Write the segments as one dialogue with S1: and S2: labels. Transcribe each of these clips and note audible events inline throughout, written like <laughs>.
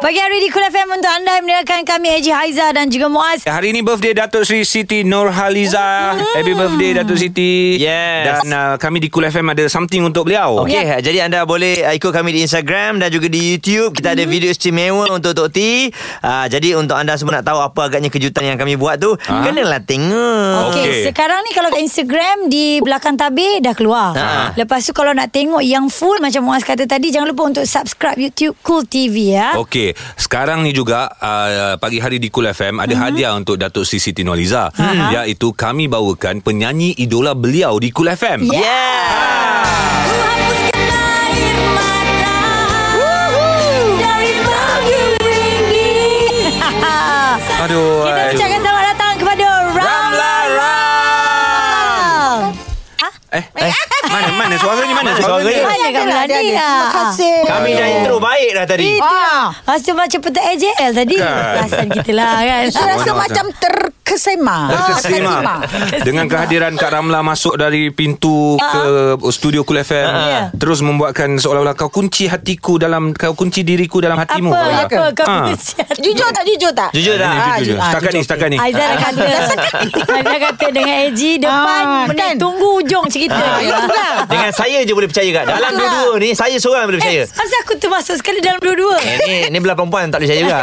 S1: Bagi hari di Kul FM untuk anda yang mendengarkan kami AJ Haiza dan juga Muaz.
S2: Eh, Hari ini birthday Datuk Sri Siti Nurhaliza. Happy birthday Datuk
S3: Eh,
S2: Siti.
S4: Yes.
S2: Dan uh, kami di Cool FM ada something untuk beliau.
S4: Okey, yeah. jadi anda boleh uh, ikut kami di Instagram dan juga di YouTube. Kita
S3: Mm-hmm.
S4: ada video istimewa untuk Tok T. Uh, jadi untuk anda semua nak tahu apa agaknya kejutan yang kami buat tu, ha? kenalah tengok.
S1: Okey, okay.
S2: Okey.
S1: sekarang ni kalau kat Instagram di belakang tabir dah keluar.
S4: Ha.
S1: Lepas tu kalau nak tengok yang full macam Muaz kata tadi jangan lupa untuk subscribe YouTube Cool TV ya.
S2: Okey, sekarang ni juga uh, pagi hari di Cool FM ada hadiah untuk Datuk Sri Siti Nurhaliza
S1: Mhm.
S2: iaitu kami bawakan penyanyi idola beliau di Cool Ah, FM.
S1: Yeah.
S4: Yeah.
S1: Ku hapuskan air mata dari bahu ini.
S2: Aduh.
S1: Kita
S2: aduh.
S1: ucapkan selamat datang kepada Ramla.
S2: Ramla Ram. Eh, eh, mana mana suaranya mana
S4: Mana
S2: suaranya?
S4: suaranya?
S1: Mana kat Melani
S3: Terima
S1: lah.
S3: kasih.
S4: Kami dah intro baik dah tadi.
S3: Ah,
S1: Rasa macam peta AJL tadi
S2: Kan.
S1: Perasaan kita lah kan
S3: saya rasa
S2: Mana-mana.
S3: macam terkesima.
S2: Terkesima. Dengan kehadiran Kak Ramla masuk dari pintu
S3: Ah.
S2: ke studio Kul FM
S1: Ya.
S2: terus membuatkan seolah-olah kau kunci hatiku dalam kau kunci diriku dalam hatimu.
S1: Apa
S2: Kak
S1: Apa
S2: Ramla.
S1: kau
S2: Ha.
S1: ha. sihat
S3: Jujur tak? Jujur tak?
S2: Jujur
S4: Jujur
S2: dah.
S4: dah.
S3: Ah,
S2: Jujur, jujur.
S3: ah,
S2: Setakat ni,
S3: jujur.
S2: setakat ni.
S1: Aizah dah kata <laughs> Aizah kata dengan AJ Depan
S3: Ah,
S1: menit
S3: kan?
S1: Tunggu ujung cerita Eh,
S4: Ah,
S3: ya tu lah.
S4: Dengan saya je boleh percaya kat. Dalam dua-dua ni saya seorang
S1: Eh,
S4: boleh percaya.
S1: Kenapa aku termasuk sekali dalam dua-dua
S4: Ya, Eh, ni ni belah perempuan tak boleh percaya juga.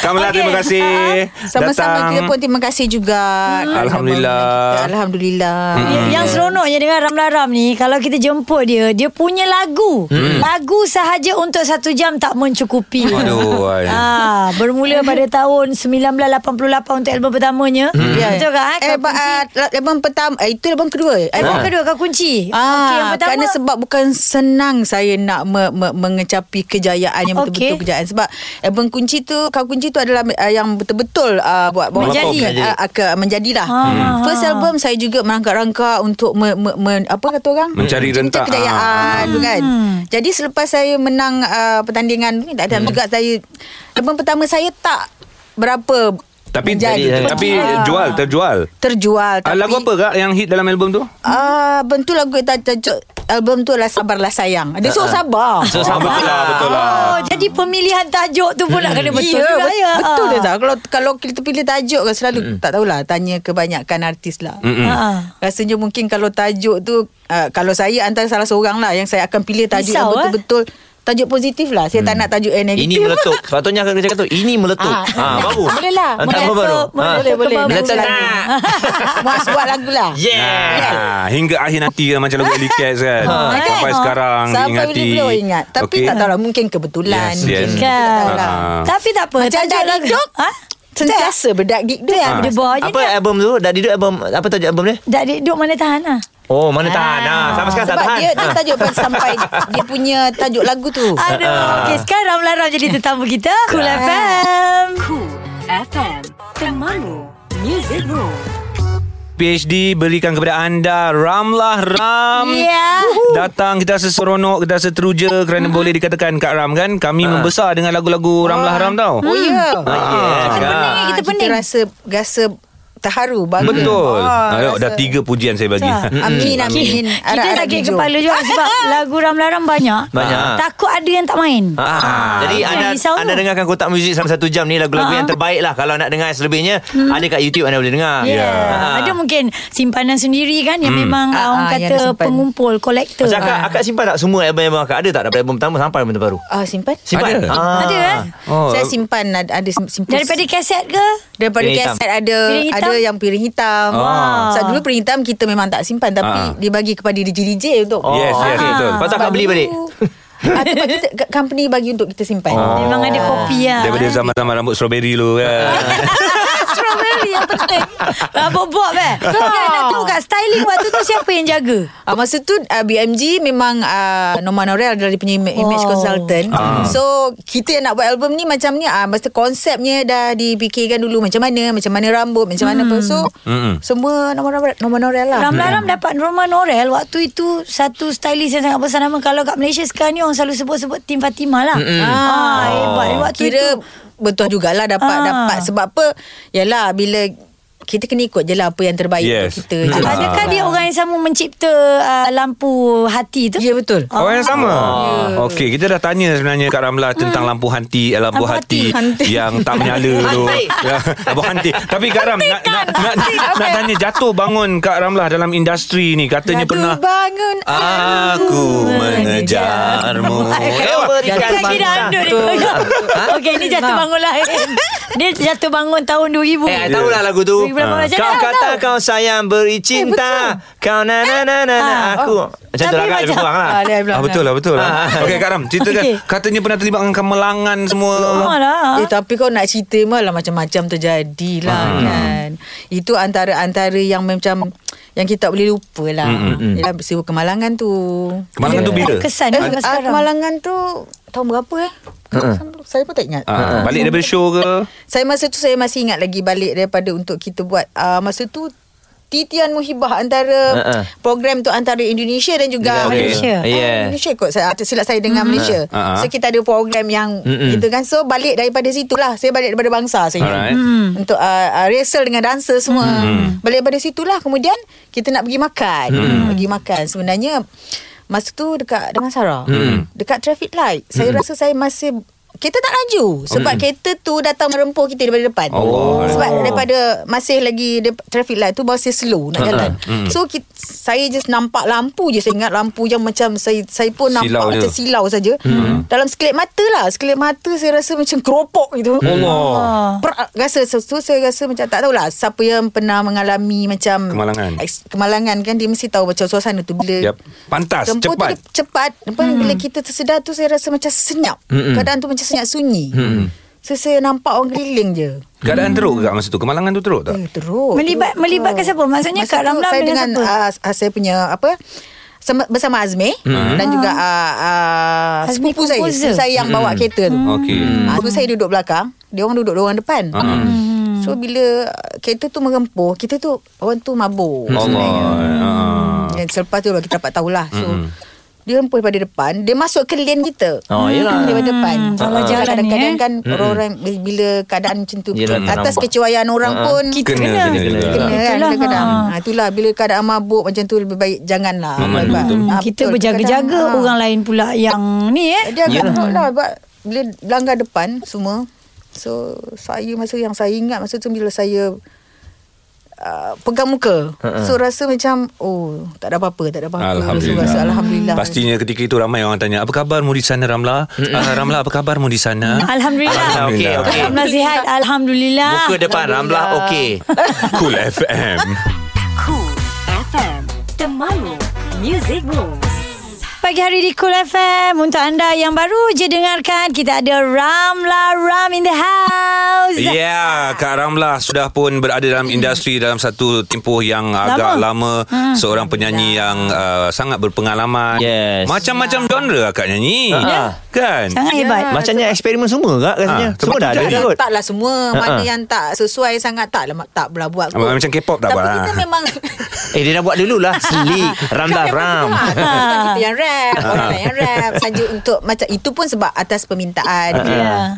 S2: Kamala
S1: Okey.
S2: terima kasih.
S3: Ah, Sama-sama
S2: datang.
S3: kita pun terima kasih juga. kerana
S2: Alhamdulillah.
S3: bangunan kita. Alhamdulillah.
S1: Hmm. Yang seronoknya dengan Ramla Ram ni Kalau kita jemput dia Dia punya lagu Lagu sahaja untuk satu jam tak mencukupi
S2: Aduh. ai.
S1: Ah, bermula pada tahun 1988 untuk album pertamanya. Hmm.
S3: Ya.
S1: Betul kan?
S3: Eh, ba- ah, album pertama, eh, itu album kedua.
S1: Album
S3: Album
S1: kedua kau kunci. Ya, Okey,
S3: Ah,
S1: yang
S3: okay,
S1: pertama.
S3: kerana sebab bukan senang saya nak me, me, mengecapi kejayaan yang
S1: Okey.
S3: betul-betul kejayaan sebab album kunci tu kau kunci tu adalah uh, yang betul-betul uh, buat buat-
S1: Menjadi.
S3: buat-
S4: Menjadi.
S3: uh, akan menjadilah.
S1: Hmm.
S3: First album saya juga merangkak-rangkak untuk me, me, me, apa kata orang
S2: Mencari rentak.
S3: kejayaan
S1: Hmm.
S3: tu kan. Jadi selepas saya menang uh, pertandingan ni
S2: Hmm.
S3: tak ada juga saya album pertama saya tak berapa
S2: Tapi eh,
S3: menjadi.
S2: tapi jual terjual.
S3: terjual
S2: Ah,
S3: tapi
S2: Lagu apa kak yang hit dalam album tu?
S3: Ah, bentuk lagu kita tajuk album tu adalah Sabarlah Sayang.
S1: Ha,
S3: Dia suruh sabar.
S4: <laughs>
S1: Ya,
S4: So sama
S2: betul lah, betul lah.
S1: Oh, jadi pemilihan tajuk tu pun nak kena betul
S3: ya,
S1: juga
S3: bet-
S1: ya.
S3: Betul dia tak Kalau kalau kita pilih tajuk kan Selalu mm. tak tahulah Tanya kebanyakan artis lah mm.
S1: Ha.
S3: Rasanya mungkin kalau tajuk tu uh, Kalau saya antara salah seorang lah Yang saya akan pilih tajuk
S1: Risau,
S3: yang
S1: eh?
S3: betul-betul Tajuk positif lah Saya tak nak tajuk yang
S4: Ini
S3: negatif <laughs>
S4: meletup. Sepatutnya akan kerja kata ini meletup.
S3: Ah.
S4: Ha, baru.
S3: Boleh lah.
S4: Hantar apa
S1: Meletup,
S4: baru? Ah.
S1: boleh, boleh.
S4: Meletup
S1: Meletup.
S3: <laughs>
S4: tak?
S3: Mas buat lagu lah
S4: Yeah.
S2: Nah, hingga akhir nanti kan, macam lagu Ellie Cats kan.
S1: kan?
S2: Sampai sekarang
S3: Ah, Sampai bila
S2: diingati.
S3: beliau ingat Tapi
S2: Okey.
S3: tak tahulah Mungkin kebetulan
S2: Yes,
S3: mungkin
S2: yes.
S3: kita tak
S1: Kan.
S3: tahulah.
S2: Ah.
S1: Tapi tak apa.
S3: Macam dah hidup
S1: Ha?
S3: Sentiasa berdak dikduk
S1: Yang dia bawa je
S4: Apa
S1: Oh, dia.
S4: album tu? Dah duduk album apa tajuk album dia?
S1: Dah duduk mana tahan lah.
S4: Oh, mana tahan. Ah, sampai sekarang tak
S3: Sebab
S4: tahan.
S3: dia, dia
S4: Ah.
S3: tajuk sampai Dia punya tajuk lagu tu
S1: Aduh. Okey, sekarang Ramla Ram jadi tetamu kita. Cool FM.
S5: Cool FM, temanmu, muzikmu.
S2: PhD berikan kepada anda Ramlah Ram.
S1: Ya.
S2: Datang kita rasa seronok, kita rasa teruja kerana
S3: Mm-hmm.
S2: boleh dikatakan Kak Ram kan kami membesar dengan lagu-lagu Ramlah Ram tau.
S3: Oh
S4: Ah, yeah,
S3: ya
S4: Kak.
S1: pening, Hmm. Ah, kita
S3: kita
S1: pening.
S3: rasa rasa terharu bangga.
S2: Betul.
S3: Ah,
S2: Ayo,
S3: rasa- eh.
S2: dah tiga pujian saya bagi.
S1: Sah.
S3: Amin amin.
S1: Kita sakit kepala juga
S3: <laughs>
S1: sebab lagu Ramla Ram banyak.
S4: Banyak.
S1: Takut ada yang tak main.
S4: Ah. Jadi
S1: Yang
S4: anda
S1: risau tu.
S4: anda dengarkan kotak muzik sampai satu jam ni
S1: Ah.
S4: lagu-lagu yang terbaik lah. Kalau nak dengar selebihnya ada kat YouTube anda boleh dengar.
S1: Ya. Yeah.
S4: Ah.
S1: Ada mungkin simpanan sendiri kan yang memang orang
S3: Ah, ah, yang
S1: kata
S3: ada simpan.
S1: pengumpul, kolektor.
S4: Hmm. Macam akak, akak simpan tak semua album-album akak? Ada tak daripada album pertama sampai album terbaru?
S3: Ah simpan.
S2: Ada.
S4: Simpan? Ah.
S1: Ada, eh?
S2: Oh.
S3: Saya simpan ada, ada sim- simpan.
S1: Daripada kaset ke?
S3: daripada
S4: Piring hitam.
S3: kaset ada
S1: Piring hitam?
S3: ada yang piring hitam.
S1: Ah.
S3: Sebab dulu piring hitam kita memang tak simpan
S2: Ah.
S3: tapi dibagi kepada DJ DJ untuk.
S4: Oh,
S2: Yes, yes,
S4: okay.
S2: betul.
S4: Lepas tu akak beli balik?
S3: <laughs> Ah, tempat kita, company bagi untuk kita simpan.
S1: Memang
S4: Oh.
S1: ada kopi lah.
S2: Daripada zaman-zaman rambut strawberry lu
S3: Ah.
S2: kan.
S1: <laughs> Strawberry yang
S4: <laughs>
S1: penting. Rambut bob eh.
S4: Ah.
S1: Kan, nak tahu kat styling waktu tu siapa yang jaga?
S3: Ah masa tu uh, BMG memang uh, Norma Norel adalah dia punya ima- image
S1: Wow.
S3: consultant.
S2: Ah.
S3: So kita yang nak buat album ni macam ni ah masa konsepnya dah dipikirkan dulu macam mana, macam mana rambut, macam mana
S1: Hmm.
S3: apa. So
S2: Mm-mm.
S3: semua Norma Norel, Norma Norel lah.
S1: Ramla Ram
S4: Hmm.
S1: dapat Norma Norel Waktu itu Satu stylist yang sangat
S4: Hmm,
S1: besar nama Kalau kat Malaysia sekarang ni Orang selalu sebut-sebut Tim Fatimah lah ah, Hebat Waktu
S3: Oh. Kira
S1: itu
S3: betul jugalah dapat
S1: Ah.
S3: dapat sebab apa? Yalah bila kita kena ikut je lah apa yang terbaik
S2: Yes.
S3: untuk kita.
S2: Hmm.
S3: je. lah.
S1: Adakah
S4: Ah.
S1: dia orang yang sama mencipta uh, lampu hati tu?
S3: Ya betul.
S2: Orang Oh, yang sama
S3: Ya.
S2: Okey kita dah tanya sebenarnya Kak Ramlah Tentang lampu hanti eh,
S1: Lampu
S2: Lampu hati,
S3: Hmm. hanti.
S2: Yang tak
S3: <laughs>
S2: menyala tu Ya, Lampu hanti Tapi Kak Ram nak, nak,
S3: kan?
S2: nak, nak tanya Jatuh bangun Kak Ramlah Dalam industri ni Katanya
S3: Jatuh
S2: pernah Ah,
S3: bangun
S4: Aku mengejarmu
S2: Eh,
S3: Kau berikan
S1: Bukan kira
S3: bangsa.
S1: anda ni.
S4: Ha?
S1: Okey, ni jatuh bangun lah. Dia jatuh bangun tahun 2000.
S4: Eh, I tahulah lagu tu.
S1: Beri berapa lah,
S4: Ah.
S1: macam
S4: Kau
S1: mana?
S4: kata kau sayang beri cinta. kau na na na na na
S1: Ah,
S4: aku. Macam tu
S1: Tapi
S4: lah Kak, lebih
S1: macam-
S4: kurang lah.
S3: Ah, dia bilang.
S2: Ah, betul lah betul lah.
S4: Ah.
S2: Okey Kak Ram ceritakan
S1: Okey.
S2: okay. katanya pernah terlibat dengan kemalangan semua.
S1: Lama lah.
S3: Eh tapi kau nak cerita malah macam-macam terjadi lah hmm. kan. Itu antara-antara yang macam yang kita tak boleh lupa lah. Hmm, Yalah peristiwa kemalangan tu.
S2: Kemalangan tu bila?
S1: Kesan dia sampai
S3: ah,
S1: sekarang.
S3: kemalangan tu tahun berapa eh? Saya pun tak ingat.
S2: Ah, balik daripada show ke?
S3: Saya masa tu saya masih ingat lagi balik daripada untuk kita buat uh, masa tu titian muhibah antara
S4: Ha, ha.
S3: uh-uh. program tu antara Indonesia dan juga
S4: Negara.
S1: Malaysia. Hmm.
S4: Yeah.
S3: Ah, Malaysia kot saya silap saya dengan mm-hmm. Malaysia.
S2: Ha, ha.
S3: So kita ada program yang
S4: Mm-mm.
S3: gitu kan. So balik daripada situ lah saya balik daripada bangsa saya.
S2: Alright.
S3: Mm. Untuk uh, uh, rehearsal dengan dancer semua. Mm. Balik daripada situ lah kemudian kita nak pergi makan. Mm. Pergi makan sebenarnya masa tu dekat dengan Sarah. Mm. Dekat traffic light. Saya rasa saya masih Kereta tak laju Sebab hmm. kereta tu Datang merempuh kita daripada depan
S2: Allah.
S3: Sebab daripada Masih lagi de- Traffic light tu Baru saya slow nak jalan So kita, saya just nampak lampu je Saya ingat lampu yang macam Saya saya pun nampak
S2: Silau je.
S3: Macam silau saja Dalam sekelip mata lah Sekelip mata saya rasa Macam keropok gitu
S2: Allah.
S3: per, rasa sesuatu saya rasa macam tak tahulah siapa yang pernah mengalami macam
S2: Kemalangan.
S3: eks, kemalangan kan dia mesti tahu macam suasana tu bila
S2: Yap. Pantas,
S3: tempoh
S2: cepat.
S3: tu dia cepat lepas hmm. bila kita tersedar tu saya rasa macam senyap hmm. keadaan tu macam senyap sunyi hmm. so saya nampak orang keliling je
S2: Keadaan teruk ke Kak masa tu? Kemalangan tu teruk tak?
S3: eh, teruk
S1: Melibat-
S3: teruk,
S1: melibatkan
S3: teruk.
S1: siapa? Maksudnya
S3: Masa
S1: Kak
S3: tu
S1: Ramlan
S3: saya
S1: dengan
S3: dengan, Uh, uh, saya punya apa sama, bersama Azmi hmm. dan juga uh, uh,
S1: Ah. Azmi
S3: sepupu saya
S1: komposer.
S3: sepupu saya yang bawa kereta tu
S2: Okey.
S3: Hmm. Aku saya duduk belakang, dia orang duduk orang depan.
S2: Ah.
S3: Hmm. So bila uh, kereta tu merempuh, kita tu orang tu
S2: Hmm.
S3: mabuk.
S2: Allah. Ah.
S3: Dan selepas tu baru kita dapat tahulah. So dia rempuh daripada depan, dia masuk ke lane kita.
S4: Oh, yelah. Mm.
S3: Daripada depan.
S1: salah
S3: Sebab
S1: jalan ni,
S3: Kadang-kadang
S1: eh.
S3: kan orang-orang bila keadaan macam tu
S4: Yelah, tak
S3: atas
S4: nampak. Ah,
S3: kecuaian orang pun
S2: Kita Ah, kena,
S1: kena.
S2: kena, kena.
S3: kena
S2: juga.
S3: kan
S1: Itulah,
S3: kadang-kadang.
S1: ha.
S3: Ha, itulah bila keadaan mabuk macam tu lebih baik janganlah.
S2: Memandu,
S3: Sebab-
S2: betul.
S3: Ah,
S1: Hmm, Kita
S3: betul.
S1: berjaga-jaga
S4: ha.
S3: Kadang-kadang, ah.
S1: Orang lain pula yang ni eh
S3: Dia agak teruk lah sebab bila langgar depan semua. So saya masa yang saya ingat masa tu bila saya uh, pegang muka. Uh-uh. So rasa macam oh tak ada apa-apa, tak ada apa-apa.
S2: Alhamdulillah.
S3: So, rasa alhamdulillah.
S2: Pastinya ketika itu ramai orang tanya, apa khabarmu di sana Ramla? Ah, Ramla, apa khabarmu di
S4: Ha?
S2: sana?
S1: Alhamdulillah
S4: Okey, okey.
S1: Alhamdulillah sihat Alhamdulillah
S4: Muka depan Ramlah <laughs> okey.
S2: cool FM.
S5: Cool FM Temanmu Music Rules
S1: Pagi hari di Cool FM Untuk anda yang baru je dengarkan Kita ada Ramla Ram in the house
S2: Ya, yeah, Kak Ramlah sudah pun berada dalam
S3: Hmm.
S2: industri dalam satu tempoh yang agak lama.
S3: Ha,
S2: Seorang penyanyi yang uh, sangat berpengalaman.
S4: Yes.
S2: Macam-macam genre lah Kak nyanyi.
S3: Ha.
S4: Ya.
S2: Kan?
S1: Sangat hebat
S4: Macamnya eksperimen semua kak rasanya.
S2: Ah,
S4: semua dah ada
S2: tempat-tempat
S4: kot.
S3: Tak lah semua uh-huh. Mana
S4: Ha-ha.
S3: yang tak sesuai sangat Tak lah tak pula buat kot.
S2: Macam K-pop tak
S3: Tapi
S2: buat,
S3: kita
S2: ah.
S3: memang
S4: Eh dia dah buat dulu lah. Selik. Ramlah Ram.
S3: <laughs> Ah, bukan
S2: Ha.
S3: kita yang rap Orang lain yang rap Saja untuk Macam itu pun sebab Atas permintaan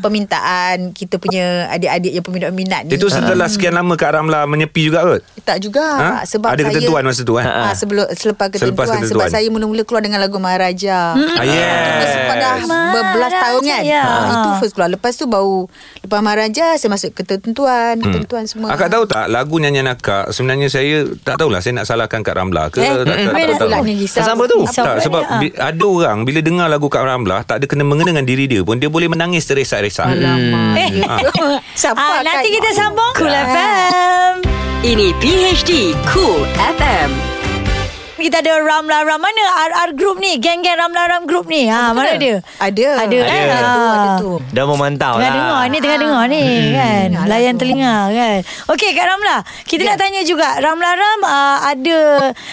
S3: Permintaan Kita punya Adik-adik yang peminat-peminat ni
S2: Itu setelah sekian lama Kak Ramla menyepi juga kot?
S3: Tak juga
S2: Ha?
S3: Ah, sebab
S2: Ada
S3: saya,
S2: ketentuan masa tu, eh?
S3: ha, sebelum selepas ketentuan,
S2: Selepas ketentuan.
S3: sebab saya mula-mula keluar dengan lagu Maharaja. Hmm.
S2: Ah, yes.
S3: Sebab dah berbelas
S1: Maharaja,
S3: tahun kan.
S1: ya.
S3: Ha, itu first keluar. Lepas tu baru lepas Maharaja saya masuk ketentuan, ketentuan semua.
S2: Hmm. Akak tahu tak lagu nyanyian akak sebenarnya saya tak tahulah saya nak salahkan Kak Ramla ke
S3: Eh,
S2: tak, tak, tak,
S3: apa
S2: tak,
S3: pula
S2: tahu.
S3: ni risau?
S4: Pasal apa tu?
S1: Risau
S2: tak
S1: pula
S2: sebab
S1: dia, ah.
S2: bi- ada orang bila dengar lagu Kak Ramla tak ada kena mengena dengan diri dia pun dia boleh menangis teresak-resak.
S3: Alamak. <laughs>
S1: Eh,
S3: Hmm. Siapa
S1: ah,
S3: akan- Ah.
S1: nanti kita sambung Cool FM.
S5: Ini PHD Cool FM
S1: Kita ada Ramla Ram mana RR Group ni, geng-geng Ramla Ram Group ni. Ha, mana dia?
S3: Ada.
S1: Ada, kan?
S3: Ada tu, ada tu.
S4: Dah memantau
S1: Tengah dengar
S4: lah.
S1: ni Tengah dengar ni kan Layan telinga kan Okey Kak Ramla Kita
S3: Ya.
S1: nak tanya juga Ramla Ram uh, Ada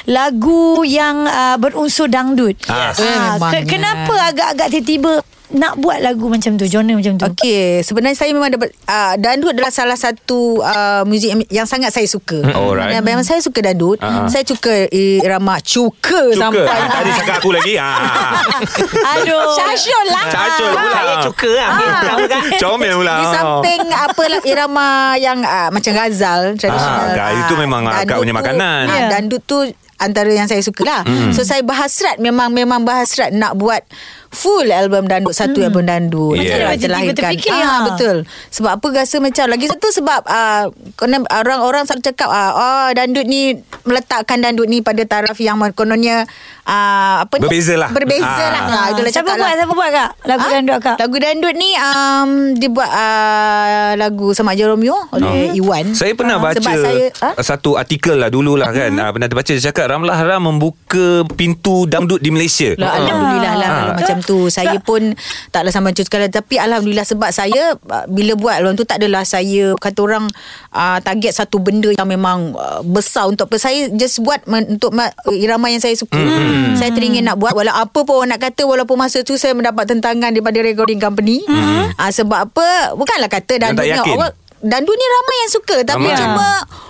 S1: Lagu yang uh, Berunsur dangdut
S2: Ah,
S1: Ah,
S3: memangnya.
S1: ke- Kenapa agak-agak tiba-tiba nak buat lagu macam tu, genre macam tu?
S3: Okey, sebenarnya saya memang dapat uh, dandut adalah salah satu uh, muzik yang- yang sangat saya suka.
S2: Hmm. Alright.
S3: Dan memang saya suka dandut.
S2: Ah.
S3: Saya suka irama cuka,
S6: Cuka
S3: sampai.
S6: Tadi cakap aku lagi ha.
S1: Aduh.
S3: Casyul lah.
S2: Cacul pula
S4: Saya cuka lah. Tahu kan?
S2: Comel Ah, pula Oh.
S3: Di samping apa lah irama yang uh, macam ghazal tradisional.
S2: Ah, ghazal
S3: Ah,
S2: tu memang, ah,
S3: dandut
S2: Kak punya
S3: tu-
S2: makanan. Hmm.
S3: ah,
S1: Ya.
S3: Dandut tu antara yang saya suka lah. So saya berhasrat memang memang berhasrat nak buat full album dandut
S1: Hmm.
S3: satu album dandut.
S2: Macam
S3: Yang
S2: mana
S1: tiba-tiba terfikir,
S3: ah,
S1: ah.
S3: betul. Sebab apa rasa macam lagi satu sebab ah, konon orang-orang selalu cakap ah oh, dandut ni meletakkan dandut ni pada taraf yang kononnya ah, apa ni?
S2: Berbeza lah.
S3: Berbeza
S2: Ah.
S3: lah. Ah, itulah
S1: siapa
S3: cakap
S1: buat,
S3: lah.
S1: siapa buat kak? Lagu
S3: Ah,
S1: dandut kak?
S3: Lagu dandut ni um, Dia buat uh, Lagu sama aja Romeo Oleh Eh, Iwan
S2: Eh, Saya pernah
S3: Ah,
S2: baca
S3: Mm-hmm. Sebab saya ha?
S2: satu artikel lah dulu lah kan. Ah, pernah terbaca dia cakap Ramlah Ram membuka pintu dangdut di Malaysia.
S3: Lah, Alhamdulillah lah
S2: Ah.
S3: ha. Macam tu Saya pun Taklah sama macam sekali Tapi Alhamdulillah Sebab saya ah, Bila buat Orang tu tak adalah saya Kata orang uh, Target satu benda Yang memang uh, Besar untuk apa Saya just buat men, Untuk ma- irama yang saya suka hmm. Saya teringin nak buat Walau apa pun orang nak kata Walaupun masa tu Saya mendapat tentangan Daripada recording company hmm. uh, Sebab apa Bukanlah kata
S2: Yang tak
S3: Dandut ni
S2: yakin.
S3: awak Dandu ni ramai yang suka Tapi
S2: Ramai.
S3: cuma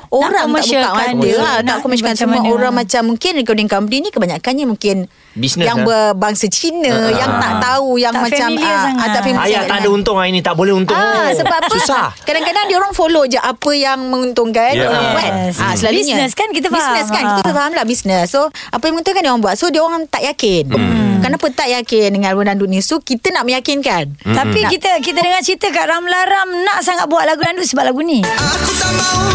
S3: Orang tak buka
S1: commercialkan
S3: mata
S1: dia,
S3: lah,
S1: nak
S3: Tak komersialkan
S1: macam
S3: Semua
S1: mana.
S3: orang macam Mungkin recording company ni Kebanyakannya mungkin
S4: Business
S3: Yang
S4: lah. Ah,
S3: berbangsa Cina Yang tak tahu Yang
S1: Tak
S3: macam
S1: familiar
S3: ah,
S1: sangat.
S3: ah, tak familiar
S4: Ayah
S3: sangat
S4: tak ada
S3: dengan-
S4: untung hari ni Tak boleh untung
S3: Ah, sebab apa?
S4: Susah Ya.
S3: Kadang-kadang dia orang follow je apa yang menguntungkan
S2: Yeah.
S3: yeah. orang buat.
S1: Yes.
S3: Ah, selalunya.
S1: Business kan kita faham.
S3: Business kan kita
S1: Ah.
S3: faham lah business. So apa yang menguntungkan dia orang buat. So dia orang tak yakin. Hmm. Kenapa tak yakin dengan album dandut ni? So kita nak meyakinkan.
S4: Hmm.
S1: Tapi kita kita dengar cerita Kak Ramla Ram nak sangat buat lagu dandut sebab lagu ni.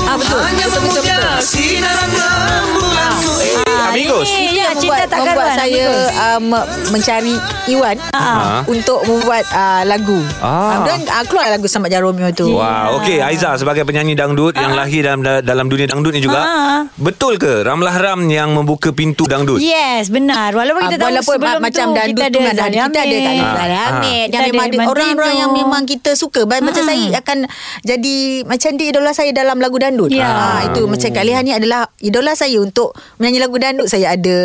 S3: Ah betul. Hanya betul, betul, betul.
S2: Ah, Amigos.
S1: ini.
S3: Itu
S1: Ya,
S3: yang
S1: cinta
S3: membuat,
S1: tak
S3: membuat
S1: karuan,
S3: saya
S1: Amigos.
S3: uh, me- mencari Iwan
S2: Ah.
S3: untuk membuat uh, lagu.
S2: Ah.
S3: Ah. Dan uh, keluar lagu Sambat Jaromeo tu.
S2: Wow, okey
S3: Ah.
S2: Aiza sebagai penyanyi dangdut yang lahir dalam dalam dunia dangdut ni juga.
S1: Ah.
S2: Betul ke Ramlah Ram yang membuka pintu dangdut?
S3: Ya.
S1: Yes, benar. Walaupun Oh, kita
S3: Ah,
S1: tahu
S3: walaupun
S1: sebelum
S3: ah, macam
S1: tu
S3: dandut
S1: kita ada
S3: tu kan,
S1: Zali
S3: kita ada kat
S1: Hamid.
S3: Zali
S2: Ah,
S3: Hamid
S1: Kita
S3: yang
S1: ada
S3: memang ada
S1: Irman
S3: orang-orang
S1: Tino.
S3: yang memang kita suka Ba- macam
S1: Ah.
S3: saya akan jadi macam dia idola saya dalam lagu dandut
S1: Ya.
S3: Ah, itu macam Kak Lehan ni adalah idola saya untuk menyanyi lagu dandut saya ada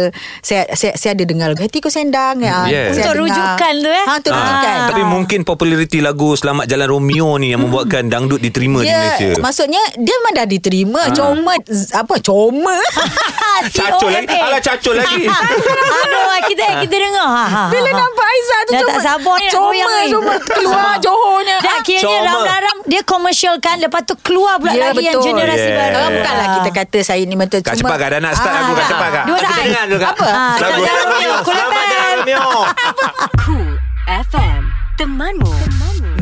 S3: saya saya, saya ada dengar lagu hatiku sendang ah,
S2: Yes.
S3: saya
S1: Untuk
S3: dengar.
S1: rujukan tu, eh?
S3: ha, untuk
S2: Ah,
S3: rujukan
S2: Tapi mungkin populariti lagu Selamat Jalan Romeo ni
S3: Hmm.
S2: yang membuatkan dangdut diterima
S3: Ya,
S2: di Malaysia.
S3: Maksudnya dia memang dah
S1: Ah.
S3: diterima Cuma z- Apa Cuma
S1: <laughs>
S2: Ah, Cacul lagi.
S1: COMA.
S2: Alah cacul lagi.
S1: <laughs> Aduh, kita kita dengar. Ha, ha, ha.
S3: Bila nampak Aiza tu
S1: Dah
S3: cuma,
S1: tak sabar ni nak
S3: Cuma
S1: goyang ni. Ah.
S3: Cuma keluar Ah, Johornya
S1: Dah kiranya
S4: Coma.
S1: Ram-Ram Dia komersialkan Lepas tu keluar pula
S3: Ya,
S1: lagi Yang
S3: betul.
S1: generasi
S2: Oh, Yeah.
S1: baru
S3: Orang bukanlah kita kata saya ni betul
S2: Kak cepat kak dah nak start lagu Kak
S3: Ah.
S2: cepat kak.
S1: Dua
S4: Kita
S1: dah
S4: dengar dulu Kak
S3: Apa?
S1: Ah,
S2: Selamat
S1: Jalan
S2: Jalan
S1: Romeo Cool
S4: Selamat
S1: FM.
S4: jalan Romeo
S5: Cool FM Temanmu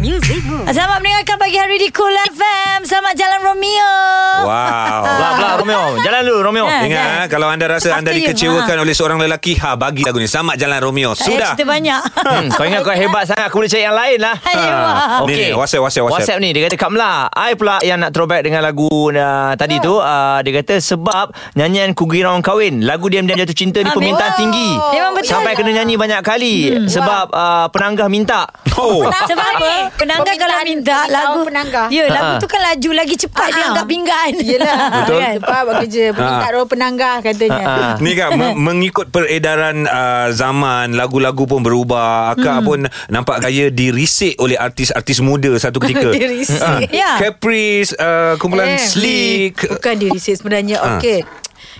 S5: Musicmu
S1: Hmm. Selamat mendengarkan pagi hari di Cool FM Selamat Jalan Romeo
S2: Wow.
S4: Belah
S3: Ah.
S4: belah Romeo Jalan dulu Romeo
S1: Ah,
S2: Ingat
S1: Jalan.
S2: ah, kalau anda rasa
S1: After
S2: anda
S1: you,
S2: dikecewakan oleh seorang lelaki, ha bagi lagu ni Selamat Jalan Romeo.
S3: Eh,
S1: Tak payah
S2: Sudah.
S1: cerita banyak
S4: Hmm, kau ingat kau hebat sangat Aku boleh cari yang lain lah
S1: Ayo.
S2: Ah. Ni, ni, WhatsApp, WhatsApp, WhatsApp.
S4: WhatsApp ni Dia kata Kak Mela I pula yang nak throwback Dengan lagu uh, Tadi tu uh, Dia kata sebab Nyanyian ku girang Kahwin Lagu Diam-Diam Jatuh Cinta ni
S1: Ah,
S4: Permintaan
S1: memang-
S4: tinggi
S3: Oh,
S1: Memang betul.
S4: Sampai kena nyanyi banyak kali Sebab uh, Penanggah minta
S2: Oh.
S1: Sebab apa? Penangga
S3: Permintaan-
S1: kalau minta
S3: permintaan
S1: lagu
S3: penangga.
S1: Ya, lagu
S4: Ah.
S1: tu kan laju lagi cepat Dia
S3: Ah.
S1: anggap pinggan
S3: <laughs> Yelah
S2: Betul.
S3: kan? Sebab kerja Minta
S2: Ah.
S3: roh penanggah katanya
S4: Ah.
S2: <laughs> Ni kan me- mengikut peredaran uh, zaman lagu-lagu pun berubah
S3: Hmm.
S2: akak pun nampak gaya dirisik oleh artis-artis muda satu ketika.
S3: <laughs> Dirisik. Eh.
S2: Ah,
S1: Ya.
S2: Caprice uh, kumpulan Sleek.
S3: Bukan diri saya sebenarnya
S2: Ah.
S3: Okey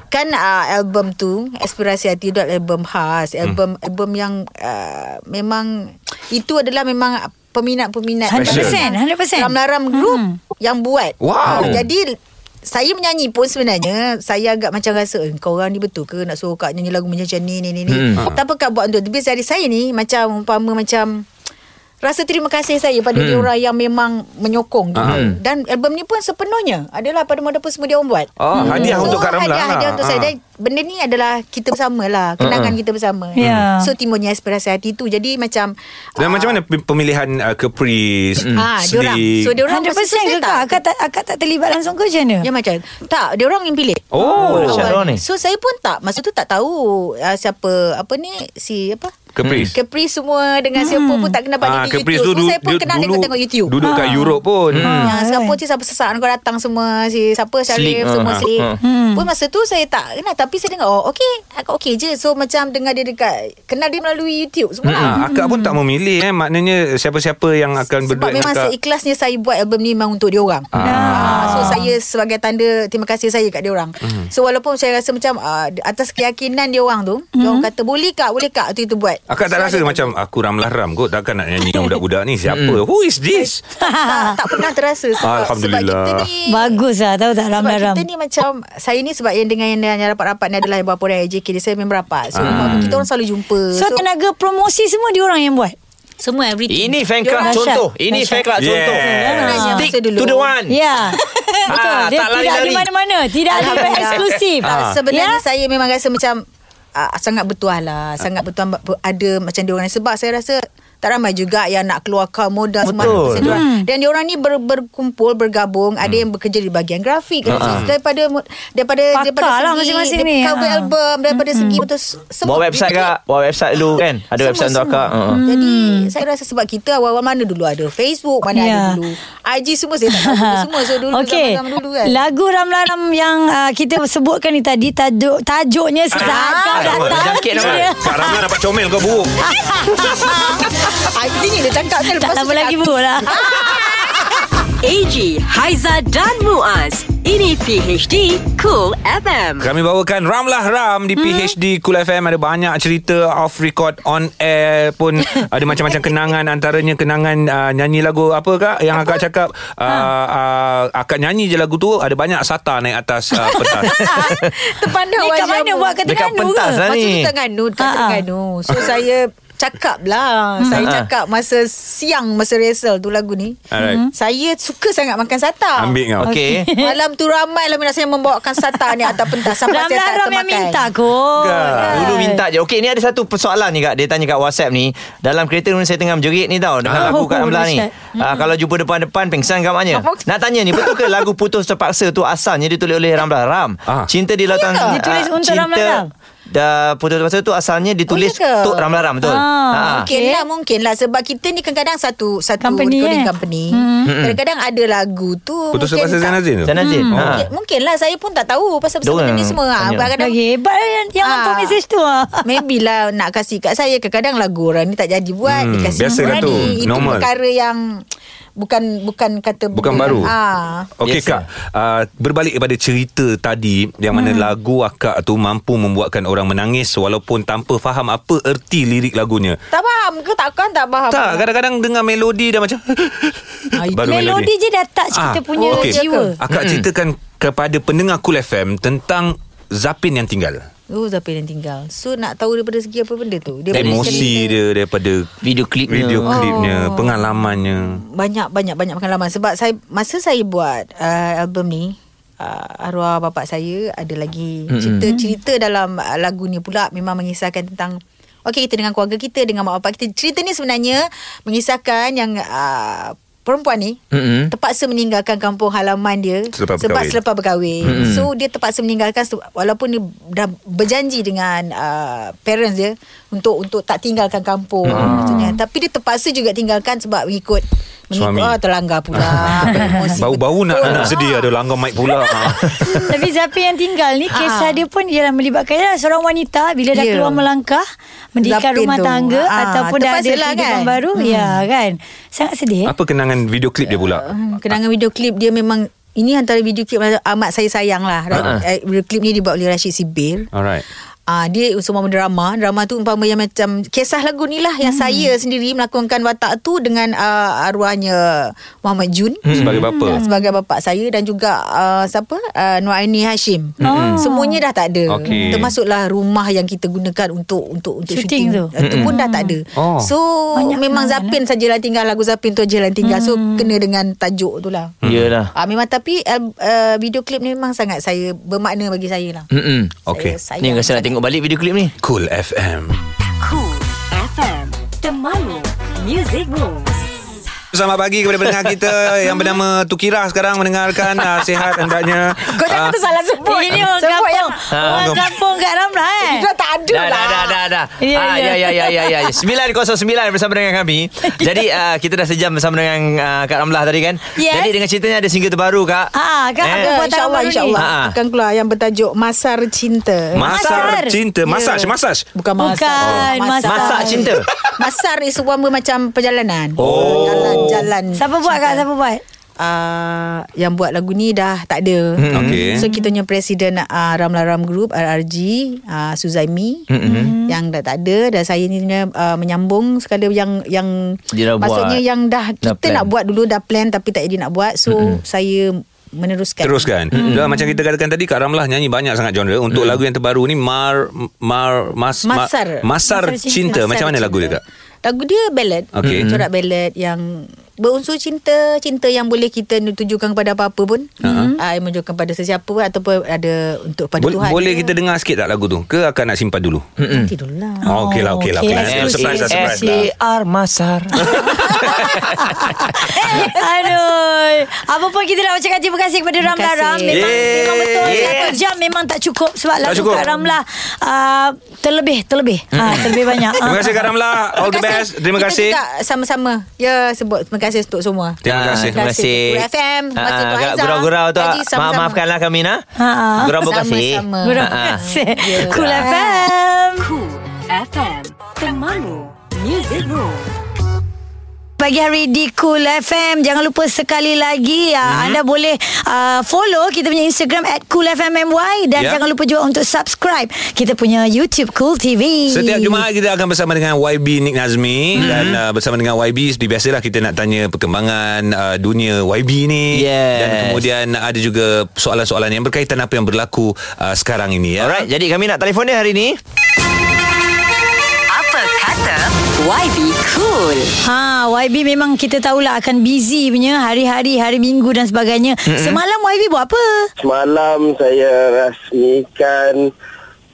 S3: Kan uh, album tu Aspirasi Hati itu adalah album khas Album hmm. album yang uh, Memang Itu adalah memang Peminat-peminat
S1: 100%, 100%.
S3: Ram-Laram Group
S1: Hmm.
S3: Yang buat
S2: Wow.
S3: Ah, Jadi saya menyanyi pun sebenarnya Saya agak macam rasa eh, Kau orang ni betul ke Nak suruh kak nyanyi lagu macam ni ni ni, ni.
S4: Hmm.
S3: Tak apa kak buat untuk Tapi dari saya ni Macam umpama macam Rasa terima kasih saya Pada hmm. orang yang memang Menyokong dulu
S2: Ah.
S4: Hmm.
S3: Dan album ni pun sepenuhnya Adalah pada modal pun semua dia orang buat Hmm.
S2: Ah, hadiah untuk Kak Ramlah.
S3: Hadiah, hadiah untuk
S2: Ah.
S3: saya Dan benda ni adalah Kita bersama lah Kenangan kita bersama
S1: Ya.
S3: So timbulnya aspirasi hati tu Jadi macam
S2: Dan macam Hmm. mana pe- pemilihan uh, Caprice,
S3: Ah, diorang.
S2: Sleek.
S3: So, diorang
S1: 100% ke kak? Akak tak, akak tak terlibat langsung ke macam mana?
S3: Dia macam Tak dia orang yang pilih
S2: Oh,
S4: Syarah ni.
S3: So saya pun tak Masa tu tak tahu uh, Siapa Apa ni Si apa
S2: Caprice.
S3: Capri semua dengan hmm. siapa pun tak
S2: Ah,
S3: kena pada di
S2: Caprice tu
S3: YouTube. Semua
S2: du-
S3: saya pun
S2: du-
S3: kenal
S2: dulu
S3: dengan tengok YouTube. Ah.
S2: Duduk kat Europe pun.
S3: Ya,
S1: Ah,
S3: siapa
S1: right.
S3: je sesat-sesat kau datang semua si siapa Syarif
S4: Slick,
S3: semua
S4: ah,
S3: slick. Hmm.
S4: ah.
S3: Pun masa tu saya tak kenal tapi saya dengar oh okey, aku okey je. So macam dengar dia dekat kenal dia melalui YouTube semua. lah.
S2: Ha, akak pun tak memilih eh maknanya siapa-siapa yang akan
S3: Sebab
S2: berduet dengan
S3: memang
S2: akak.
S3: seikhlasnya saya buat album ni memang untuk dia orang. Ah. so saya sebagai tanda terima kasih saya kat dia orang.
S2: Hmm.
S3: So walaupun saya rasa macam uh, atas keyakinan dia orang tu, mm. dia orang
S1: Hmm.
S3: kata boleh kak, boleh kak tu itu buat.
S2: Akak tak rasa macam aku ramlah ram kot takkan nak <laughs> nyanyi dengan budak-budak ni siapa? Who is <laughs> this?
S3: tak, tak pernah terasa sebab, sebab
S2: Alhamdulillah.
S3: kita ni
S1: Bagus lah Tahu tak
S3: sebab
S1: ram-ram
S3: kita ni macam Saya ni sebab yang dengan yang, yang rapat-rapat ni Adalah beberapa orang AJK Dia saya member rapat So
S2: Hmm.
S3: kita orang selalu jumpa
S1: So tenaga promosi semua diorang yang buat
S3: Semua everything
S4: Ini fan club
S1: Dahsyat,
S4: contoh. Ini
S1: dahsyat.
S4: fan club
S2: Yeah.
S4: contoh.
S3: Sebenarnya
S4: Stick
S3: masa dulu.
S4: to the one. <laughs>
S1: Ya Betul
S4: Ah,
S1: Dia
S4: tak
S1: tidak
S4: lari-lari.
S1: di mana-mana Tidak ada yang eksklusif
S3: Ah.
S1: Ya?
S3: Sebenarnya saya memang rasa macam ah, Sangat bertuah lah Sangat bertuah ber- Ada macam dia orang ni. Sebab saya rasa tak ramai juga yang nak keluarkan modal
S4: Betul. Hmm.
S3: semua pasal diorang.
S1: Hmm.
S3: Dan diorang ni ber, berkumpul, bergabung. Ada yang bekerja di bahagian grafik.
S4: Ah,
S3: Uh-huh. Daripada mo- daripada
S1: Pakar
S3: daripada
S1: lah masing-masing
S3: daripada
S1: ni.
S3: cover
S1: Ah.
S3: album, daripada segi betul semua.
S4: Buat website
S3: Dia-
S4: kak Buat website dulu kan Ada
S3: Semua,
S4: website untuk
S3: semua. Hmm.
S4: akak uh.
S3: Jadi saya rasa sebab kita awal-awal mana dulu ada Facebook, mana
S1: Hmm. Ya.
S3: ada dulu. IG semua saya tak tahu semua. So dulu
S1: <laughs> Okey. Lah.
S3: zaman-zaman dulu kan.
S1: Lagu Ramlaram yang uh, kita sebutkan ni tadi tajuk tajuknya sesaat kau
S3: Ah,
S4: nama,
S1: datang.
S4: jaket nama.
S1: Dia-
S2: Kak Ramlah dapat comel kau buruk.
S3: Ah, Ini dia cakap
S1: Tak
S3: kan lepas tu
S1: lama
S3: cakap,
S1: lagi pun lah.
S5: AG, Haiza dan Muaz. Ini PHD Cool FM.
S2: <laughs> Kami bawakan Ramlah Ram di PHD Cool FM ada banyak cerita off record on air <laughs> pun ada macam-macam kenangan antaranya kenangan uh, nyanyi lagu apa kak yang akak cakap uh, uh, akak nyanyi je lagu tu ada banyak sata naik atas <laughs> uh, pentas.
S3: Terpandang
S1: Ni kat
S3: wajahmu.
S1: mana buat kat
S4: Dekat
S1: Terengganu
S4: pentas
S1: ke?
S4: lah
S3: Masa
S4: ni
S3: tu kan, Terengganu Dekat
S1: Ah, ah.
S3: Terengganu So saya Cakap lah
S1: Hmm.
S4: Ah,
S3: Saya
S4: ah.
S3: cakap Masa siang Masa rehearsal tu lagu ni
S2: Alright.
S1: Hmm.
S3: Saya suka sangat makan sata
S2: Ambil kau.
S4: Okay
S3: Malam tu ramai lah Minat saya membawakan sata ni Atas pentas Sampai saya tak
S1: Ramlaram
S3: termakan
S1: yang minta kot.
S4: Dulu minta je Okey ni ada satu persoalan ni kak Dia tanya kat whatsapp ni Dalam kereta ni saya tengah menjerit ni tau Dengan lagu kat
S1: Oh,
S4: Amla ni
S1: dahsyat.
S4: Ah, Kalau jumpa depan-depan Pengsan kat maknya Nak tanya ni Betul ke lagu Putus Terpaksa tu Asalnya ditulis oleh Ramla Ram
S2: Ah.
S4: Cinta di lautan
S3: Ya ke?
S4: ah,
S1: Ditulis untuk
S4: cinta
S1: Ramla Ram?
S4: Dah putus terpaksa tu Asalnya ditulis
S3: Oh, ya ke?
S4: Untuk Ramla Ram Betul
S1: Ah,
S4: Ah.
S3: Mungkin
S1: Okay.
S3: lah Mungkin lah Sebab kita ni kadang-kadang Satu satu
S1: Company,
S3: recording
S1: eh.
S3: company Kadang-kadang ada lagu tu
S2: Hmm. Putus
S3: mungkin
S2: lepas
S3: tak-
S2: Zainazin tu.
S4: Zainazin
S1: Hmm.
S3: Mungkin, mungkin lah Saya pun tak tahu Pasal pasal
S4: Diorang
S3: benda ni semua Ah,
S4: tanya.
S3: Kadang-kadang
S1: Lagi hebat lah yang, yang hantar
S3: Ah.
S1: mesej tu ah.
S3: Maybe lah nak kasih kat saya Kadang-kadang lagu orang ni tak jadi buat
S2: Hmm,
S3: hmm, Dikasih
S2: biasalah
S3: orang
S2: tu.
S3: ni. Itu
S2: Normal.
S3: perkara yang Bukan bukan kata
S2: Bukan baru
S3: ah.
S2: Okey
S4: Yes, sir.
S2: kak uh, Berbalik kepada cerita tadi Yang mana hmm. lagu akak tu Mampu membuatkan orang menangis Walaupun tanpa faham Apa erti lirik lagunya
S3: Tak faham ke takkan tak faham
S2: Tak kan? kadang-kadang dengar melodi Dah macam <laughs>
S3: Ah, itu
S1: Melodi je dah touch
S4: Ah,
S1: kita punya
S3: okey.
S1: jiwa.
S2: Akak mm. ceritakan kepada pendengar Cool FM tentang Zapin yang tinggal.
S3: Oh Zapin yang tinggal So nak tahu daripada segi apa benda tu Daripada
S2: Emosi
S3: cerita-
S2: dia daripada
S4: Video klipnya.
S2: video
S4: Oh.
S2: klipnya, pengalamannya.
S3: banyak banyak banyak pengalaman sebab saya masa saya buat uh, album ni uh, arwah bapak saya ada lagi cerita-cerita dalam uh, lagu ni pula memang mengisahkan tentang okey kita dengan keluarga kita dengan mak bapak kita cerita ni sebenarnya mengisahkan yang uh, perempuan ni
S4: Mm-mm.
S3: terpaksa meninggalkan kampung halaman dia
S2: Hmm? Selepas
S3: sebab
S2: berkahwin. Hmm.
S3: selepas berkahwin so dia terpaksa meninggalkan se- walaupun dia dah berjanji dengan uh, parents dia untuk untuk tak tinggalkan kampung
S2: Hmm.
S3: maksudnya tapi dia terpaksa juga tinggalkan sebab ikut
S2: Suami.
S3: Suami. Oh,
S2: <laughs>
S3: terlanggar pula. Emosi
S2: Bau-bau nak
S3: betul.
S2: anak sedih ada langgar mic pula.
S1: Tapi Zapi yang tinggal ni Kisah
S3: Ah.
S1: dia pun Ialah melibatkan ialah Seorang wanita Bila dah
S3: Ya.
S1: keluar melangkah Mendirikan
S3: Zapin
S1: rumah
S3: tu.
S1: tangga
S3: Ah,
S1: Ataupun dah ada
S3: terpaksalah
S1: kehidupan
S3: kan?
S1: baru
S3: Hmm.
S1: Ya kan Sangat sedih eh?
S2: Apa kenangan video klip dia pula?
S3: Hmm, Kenangan video klip dia memang ini antara video klip yang amat saya sayang lah.
S2: Ha,
S4: Ah.
S3: Eh, Video klip ni dibuat oleh Rashid Sibir.
S2: Alright.
S3: Ah dia semua drama drama tu umpama yang macam kisah lagu ni lah yang saya sendiri melakonkan watak tu dengan uh, arwahnya Muhammad Jun
S2: Sebagai bapa.
S3: Ah, sebagai bapak saya dan juga uh, siapa uh, Nuaini Hashim Ah.
S1: Oh.
S3: semuanya dah tak ada
S2: Okey.
S3: termasuklah rumah yang kita gunakan untuk untuk untuk
S1: Shooting
S3: shooting,
S1: tu.
S3: Ah, tu pun dah tak ada
S2: Oh.
S3: so
S1: Banyak
S3: memang
S1: kenangan,
S3: Zapin sajalah tinggal lagu Zapin tu je lah tinggal so kena dengan tajuk tu lah
S2: Hmm.
S4: Yelah
S3: Ah memang tapi uh, uh, video klip ni memang sangat saya bermakna bagi saya lah.
S2: Hmm.
S4: Mm-mm.
S2: Okey.
S3: Saya
S4: Ni
S3: sayang.
S4: rasa nak tengok balik video klip ni
S2: Cool FM.
S5: Cool FM. Temanmu. Music Moves.
S2: Selamat pagi kepada pendengar kita yang bernama Tukira sekarang mendengarkan uh, sihat hendaknya.
S3: Kau jangan
S2: Ah,
S3: tersalah sebut
S1: Ini orang
S3: Sebut yang
S1: kampung Orang
S2: kampung.
S1: kampung kat Ramlah eh
S3: Dah tak ada
S4: Dah,
S3: lah
S4: dah, dah, dah, dah.
S1: Ya,
S4: Ah,
S1: ya.
S4: ya, ya, ya, ya, ya. 909 bersama dengan kami. Jadi uh, kita dah sejam bersama dengan uh, Kak Ramlah tadi kan.
S1: Yes.
S4: Jadi dengan ceritanya ada single terbaru Kak.
S1: Ah, Kak, Buat
S3: Ya, InsyaAllah
S1: tahun baru
S3: InsyaAllah
S4: ni. Ha.
S3: Akan keluar yang bertajuk Masar Cinta
S2: Masar
S1: Masar.
S2: cinta Masaj
S3: Ya.
S2: Masaj
S3: Bukan masar
S1: Bukan, masar.
S4: Oh. Masak cinta.
S3: Masar is one macam perjalanan
S2: Oh.
S3: Jalan-jalan
S1: Siapa buat Kak? Siapa buat?
S3: uh, yang buat lagu ni dah tak ada.
S4: Hmm.
S2: Mm-mm. Okey.
S3: So kita punya presiden uh, Ramlaram Group RRG uh, Suzaimi
S4: Hmm,
S3: mm-hmm. yang dah tak ada dan saya ni punya, uh, menyambung sekala yang yang
S4: Dia dah
S3: maksudnya
S4: buat.
S3: yang dah
S4: Dah
S3: kita
S4: plan. Hmm,
S3: nak buat dulu dah plan tapi tak jadi nak buat. So mm-hmm. saya meneruskan.
S2: Teruskan
S3: Hmm.
S2: mm. Macam kita katakan tadi Kak Ramlah nyanyi banyak sangat genre Untuk lagu yang terbaru ni Mar Mar mas, ma-
S3: Masar.
S2: Masar
S1: Masar Cinta.
S2: Cinta
S3: Masar
S2: Macam mana lagu dia
S3: cinta.
S2: Kak?
S3: Lagu dia ballad.
S2: Okey. Hmm.
S3: Mm-hmm. Corak ballad yang berunsur cinta, cinta yang boleh kita tujukan kepada apa-apa pun. Uh-huh. Uh, menunjukkan pada sesiapa pun ataupun ada untuk pada
S2: Bo-
S3: Tuhan.
S2: boleh
S3: dia.
S2: kita dengar sikit tak lagu tu? Ke akan nak simpan dulu?
S3: nanti dulu lah.
S2: Oh, okey lah, okey lah, okey lah.
S1: Okey,
S2: Surprise lah, surprise lah.
S4: S-A-R Masar.
S1: Aduh Apa pun kita nak ucapkan terima kasih kepada
S3: Terima
S1: Ramlah
S3: kasih.
S1: Ram Memang,
S2: Yeay.
S1: memang betul
S4: Yes.
S1: Satu jam memang tak cukup Sebab lagu
S2: cukup.
S1: Kak Ramlah uh, Terlebih Terlebih ha, Terlebih banyak
S2: Terima kasih Kak Ramlah. All the
S3: Terima kasih.
S2: best. Terima
S3: Kita
S2: kasih. Hmm.
S3: juga sama-sama. Ya, sebut terima kasih untuk semua.
S2: Terima kasih.
S4: Ah, Terima kasih.
S3: Terima kasih. FM, terima kasih
S4: Ah,
S3: untuk
S4: Kak
S3: Aizah.
S4: Gurau-gurau tu.
S3: Haji,
S4: Maaf
S3: sama-sama.
S4: maafkanlah kami nah.
S1: Ha, ha.
S4: Gurau berkasih.
S3: Sama-sama.
S1: Terima
S4: Ha, ha.
S1: kasih
S3: Ya.
S1: Cool FM
S5: Cool FM Temanmu Music Room
S1: Pagi hari di Cool FM Jangan lupa sekali lagi uh,
S2: Mhm.
S1: Anda boleh uh, follow kita punya Instagram At Cool FM MY Dan
S2: Ya.
S1: jangan lupa juga untuk subscribe Kita punya YouTube Cool TV
S2: Setiap Jumaat kita akan bersama dengan YB Nick Nazmi mm-hmm. dan uh, bersama dengan YB seperti biasalah kita nak tanya perkembangan uh, dunia YB ni
S4: Yes.
S2: dan kemudian ada juga soalan-soalan yang berkaitan apa yang berlaku uh, sekarang ini ya.
S4: Alright, jadi kami nak telefon dia hari ni.
S5: Apa kata YB Cool
S1: Ha, YB memang kita tahulah akan busy punya hari-hari, hari minggu dan sebagainya. Mm-hmm.
S2: Mhm.
S1: Semalam YB buat apa?
S6: Semalam saya rasmikan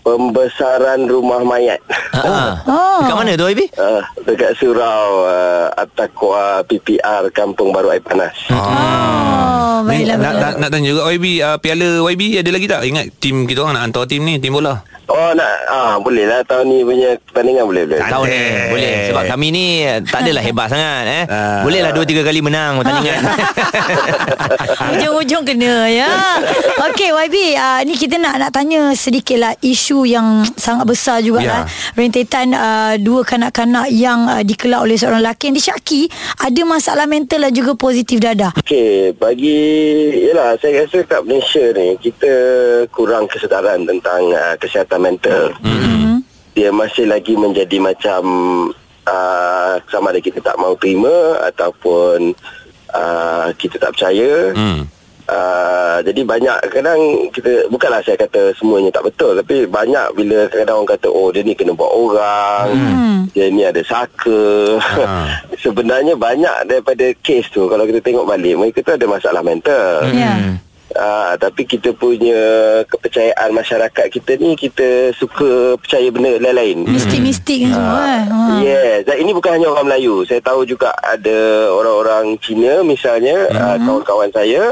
S6: pembesaran rumah mayat.
S4: Ah.
S1: Oh.
S4: Dekat mana tu Ibi?
S6: Uh, dekat surau uh, Atakwa PPR Kampung Baru Air Panas.
S1: Oh,
S2: Ah. Ni,
S1: baiklah. baiklah.
S2: nak, nak, nak tanya juga YB uh, Piala YB ada lagi tak? Ingat tim kita orang nak hantar tim ni Tim bola
S6: Oh nak ah boleh lah tahun ni punya pertandingan boleh boleh.
S4: Tahu ni Boleh Sebab kami ni eh, Tak adalah hebat sangat eh.
S2: Ah.
S4: Boleh lah 2-3 kali menang Pertandingan <laughs> Ah.
S1: Ujung-ujung kena ya. Okey YB, uh, ni kita nak nak tanya sedikit lah isu yang sangat besar juga
S2: Ya.
S1: yeah. lah. Rentetan uh, dua kanak-kanak yang uh, dikelak oleh seorang lelaki yang disyaki ada masalah mental dan juga positif dadah.
S6: Okey, bagi yalah saya rasa kat Malaysia ni kita kurang kesedaran tentang uh, kesihatan mental. Mm-hmm. Dia masih lagi menjadi macam uh, sama ada kita tak mau terima ataupun uh, kita tak percaya.
S2: Hmm.
S6: Uh, jadi banyak kadang kita bukanlah saya kata semuanya tak betul tapi banyak bila kadang orang kata oh dia ni kena buat orang hmm. dia ni ada saka
S2: Ha.
S6: <laughs> sebenarnya banyak daripada kes tu kalau kita tengok balik mereka tu ada masalah mental
S1: Ya.
S6: Ah, tapi kita punya kepercayaan masyarakat kita ni kita suka percaya benda lain-lain.
S1: Mistik-mistik
S2: Hmm.
S1: kan semua. eh. Ha.
S6: Ah. Yes, dan ini bukan hanya orang Melayu. Saya tahu juga ada orang-orang Cina misalnya, mm-hmm. uh, kawan-kawan saya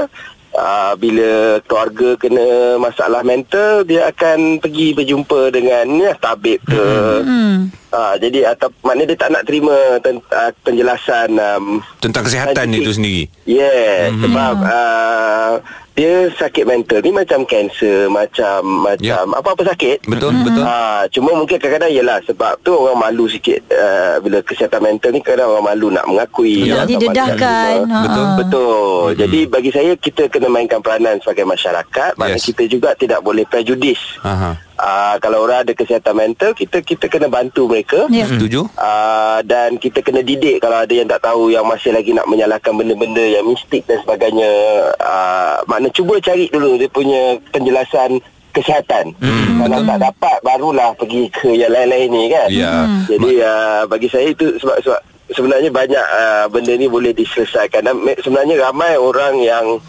S6: uh, bila keluarga kena masalah mental, dia akan pergi berjumpa dengan ya, tabib ke. Mm-hmm. Uh, jadi atau maknanya dia tak nak terima ten, uh, penjelasan um,
S2: Tentang kesihatan dia tu sendiri
S6: Yeah,
S2: Mhm.
S6: mm-hmm. sebab
S2: Hmm.
S6: uh, dia sakit mental ni macam kanser, macam macam
S2: Ya.
S6: yeah. apa-apa sakit.
S2: Betul,
S1: Hmm.
S2: Mhm. betul.
S6: Ah, cuma mungkin kadang-kadang ialah sebab tu orang malu sikit uh, bila kesihatan mental ni kadang orang malu nak mengakui.
S1: Nak
S6: atau
S1: didedahkan.
S6: malu nak
S1: Ha.
S6: terima.
S2: Betul, Hmm.
S6: Betul. Mm-hmm. Jadi bagi saya kita kena mainkan peranan sebagai masyarakat, maknanya
S2: Yes.
S6: kita juga tidak boleh prejudis.
S2: Aha.
S6: Uh, kalau orang ada kesihatan mental, kita kita kena bantu mereka.
S1: Ya.
S2: Setuju?
S6: Uh, dan kita kena didik kalau ada yang tak tahu yang masih lagi nak menyalahkan benda-benda yang mistik dan sebagainya uh, makna cuba cari dulu dia punya penjelasan kesihatan hmm, kalau tak dapat barulah pergi ke yang lain-lain ni kan
S2: Ya. Hmm.
S6: jadi uh, bagi saya itu sebab sebab ah, sebenarnya banyak uh, benda ni boleh diselesaikan dan me- sebenarnya ramai orang yang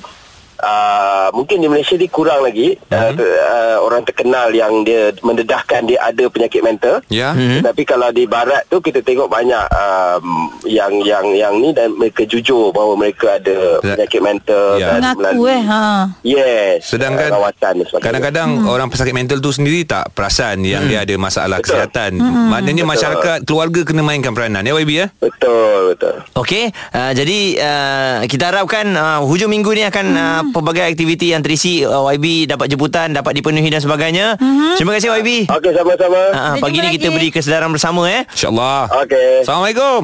S6: uh, mungkin di Malaysia ni kurang lagi
S2: Hmm.
S6: uh, ter, uh, orang terkenal yang dia mendedahkan dia ada penyakit mental.
S2: Ya.
S6: Mm-hmm. Tapi kalau di barat tu kita tengok banyak um, yang yang yang ni dan mereka jujur bahawa mereka ada
S2: Ya.
S6: penyakit mental
S2: Ya.
S6: dan
S1: Mengaku
S6: melalui
S1: eh. Ha.
S6: Yes.
S2: Sedangkan
S6: uh, rawatan dan sebagainya.
S2: kadang-kadang orang pesakit mental tu sendiri tak perasan yang dia ada masalah
S6: Betul.
S2: kesihatan. Maknanya masyarakat keluarga kena mainkan peranan ya YB ya.
S6: betul betul.
S4: Okey, uh, jadi uh, kita harapkan uh, hujung minggu ni akan uh,
S1: Hmm.
S4: pelbagai aktiviti yang terisi uh, YB dapat jemputan, dapat dipenuhi dan sebagainya. Terima kasih YB.
S6: Okey sama-sama.
S2: Ha,
S4: Uh, uh,
S1: Kita
S4: pagi
S1: Hmm. jumpa
S4: ni kita
S1: lagi.
S4: beri kesedaran bersama eh.
S2: InsyaAllah.
S6: Okey.
S2: Assalamualaikum.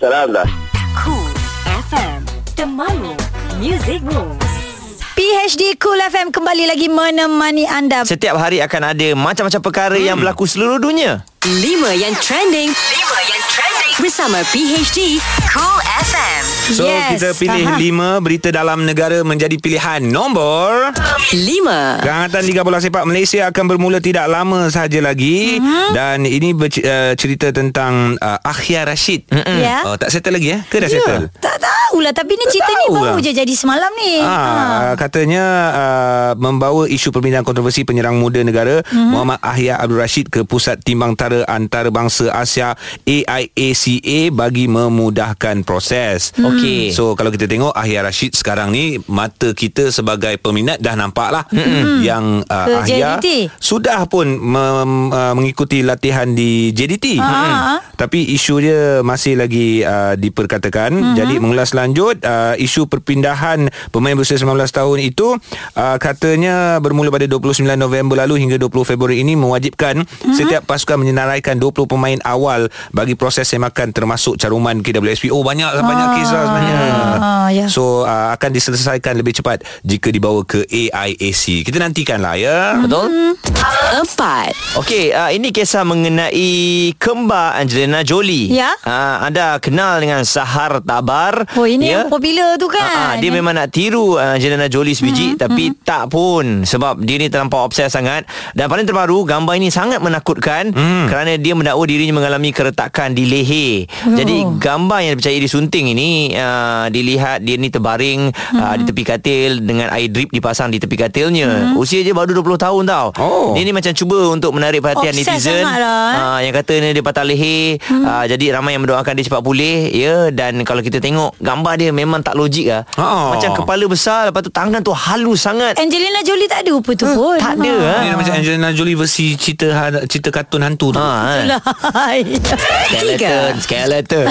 S6: Salam dah.
S5: Cool FM Temanmu Music Rules
S1: PHD Cool FM kembali lagi menemani anda.
S4: Setiap hari akan ada macam-macam perkara yang
S1: Hmm.
S4: berlaku seluruh dunia.
S5: 5 yang trending 5 yang trending Bersama PHD Cool FM
S2: So
S1: Yes.
S2: kita pilih
S1: Aha.
S2: lima berita dalam negara menjadi pilihan nombor
S5: 5
S2: Kehangatan Liga Bola Sepak Malaysia akan bermula tidak lama sahaja lagi
S1: Mhm.
S2: mm-hmm. dan ini berci- uh, cerita tentang uh, Akhia Rashid. Mm-hmm.
S1: Ya.
S2: Oh, tak settle lagi eh? Ke dah yeah. settle?
S1: Tak tahulah Tapi ni cerita ni
S2: tahu
S1: baru
S2: lah.
S1: je jadi semalam ni
S2: Ah, katanya uh, membawa isu perbincangan kontroversi penyerang muda negara mm-hmm. Muhammad Ahya Abdul Rashid ke Pusat Timbang Tara Antarabangsa Asia AIACA bagi memudahkan proses.
S4: Okey.
S2: So kalau kita tengok Ahya Rashid sekarang ni mata kita sebagai peminat dah nampak lah mm-hmm. yang uh,
S1: Ke
S2: Ahya
S1: JDT.
S2: sudah pun mem, uh, mengikuti latihan di JDT.
S1: Ah.
S2: Mm-mm. Hmm. Tapi isu dia masih lagi uh, diperkatakan.
S1: Mhm.
S2: Jadi mengulas lanjut uh, isu perpindahan pemain berusia 19 tahun itu uh, katanya bermula pada 29 November lalu hingga 20 Februari ini mewajibkan
S1: Mhm.
S2: setiap pasukan menyenaraikan 20 pemain awal bagi proses semakan termasuk caruman KWSP. Oh banyak banyak kes lah sebenarnya.
S1: Ah, ya.
S2: So uh, akan diselesaikan lebih cepat jika dibawa ke AIAC. Kita nantikanlah ya.
S1: Mhm.
S4: Betul?
S1: Ah.
S5: 4
S4: Okey, uh, ini kisah mengenai kembar Angelina Jolie.
S1: Ya.
S4: Uh, anda kenal dengan Sahar Tabar.
S1: Oh ini yang
S4: Ya.
S1: popular tu kan Hmm,
S4: Ah, ah, dia memang nak tiru uh, Angelina Jolie sebiji mm-hmm. tapi mm-hmm. tak pun sebab dia ni terlampau obses sangat dan paling terbaru gambar ini sangat menakutkan mm. kerana dia mendakwa dirinya mengalami keretakan di leher. Oh. Jadi gambar yang dipercayai disunting ini uh, dilihat dia ni terbaring mm-hmm. uh,
S1: Hmm.
S4: di tepi katil dengan air drip dipasang di tepi katilnya. Mm-hmm. Usia dia baru 20 tahun tau.
S2: Oh.
S4: Dia ni macam cuba untuk menarik perhatian
S1: Obses
S4: netizen.
S1: sangat lah, eh.
S4: Ah, Ah, yang kata ni dia patah leher. Hmm. Ah, jadi ramai yang mendoakan dia cepat pulih ya dan kalau kita tengok gambar dia memang tak logik ah.
S2: Ah.
S4: Macam kepala besar lepas tu tangan tu halus sangat.
S1: Angelina Jolie tak ada rupa tu pun
S4: tak ada,
S1: Ha.
S4: eh.
S2: Ini
S1: <laughs>
S2: macam Angelina Jolie versi cerita ha- cerita kartun
S1: Ah.
S2: hantu tu.
S4: Ha.
S1: Itulah. lah.
S4: Skeleton, skeleton.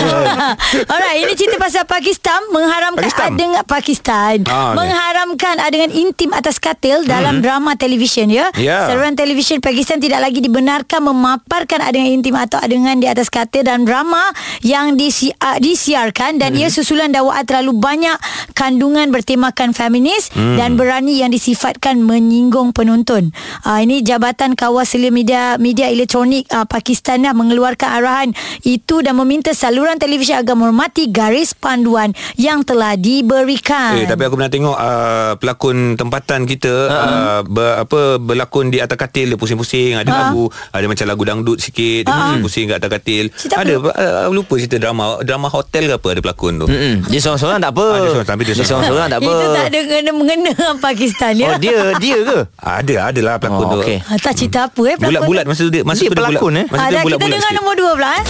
S1: <laughs> Alright, ini cerita pasal Pakistan mengharamkan
S2: Pakistan?
S1: adegan Pakistan
S2: Ah,
S1: ah,
S2: okey. Mhm.
S1: mengharamkan adegan intim atas katil dalam drama televisyen ya.
S2: Ya.
S1: Saluran televisyen Pakistan tidak lagi dibenarkan memaparkan adegan intim atau adegan di atas katil dalam drama yang disi, uh, disiarkan
S2: Mhm.
S1: dan ia susulan dakwaan terlalu banyak kandungan bertemakan feminis
S2: Hmm.
S1: dan berani yang disifatkan menyinggung penonton. Uh, ini Jabatan Kawal Selia Media Media Elektronik uh, Pakistan dah mengeluarkan arahan itu dan meminta saluran televisyen agar menghormati garis panduan yang telah diberikan.
S2: Eh, tapi aku pernah tengok uh, pelakon tempatan kita
S1: Ah.
S2: uh, ber, apa berlakon di atas katil dia pusing-pusing
S1: Ah.
S2: ada lagu ada macam lagu dangdut sikit dia pusing-pusing kat atas katil.
S1: Cerita apa Hmm.
S2: ada uh, lupa cerita drama drama hotel ke apa ada pelakon tu.
S4: Mm-mm. Dia seorang-seorang tak apa.
S2: Ah, dia seorang, tapi dia seorang.
S4: seorang-seorang tak apa.
S1: Itu tak ada kena-mengena dengan Pakistan ya.
S4: Oh dia dia
S2: <laughs>
S4: ke?
S2: Ada adalah pelakon
S4: Oh,
S2: tu.
S4: okey.
S1: Ah, tak cerita apa eh pelakon
S2: Bulat-bulat
S1: tu.
S2: masa tu dia masa
S4: Dia
S2: tu dia
S4: pelakon, eh?
S2: bulat.
S1: Ah,
S2: Masa tu
S1: dah,
S2: dia
S1: kita
S2: bulat-bulat
S1: dengar
S2: sikit.
S1: nombor dua pula eh.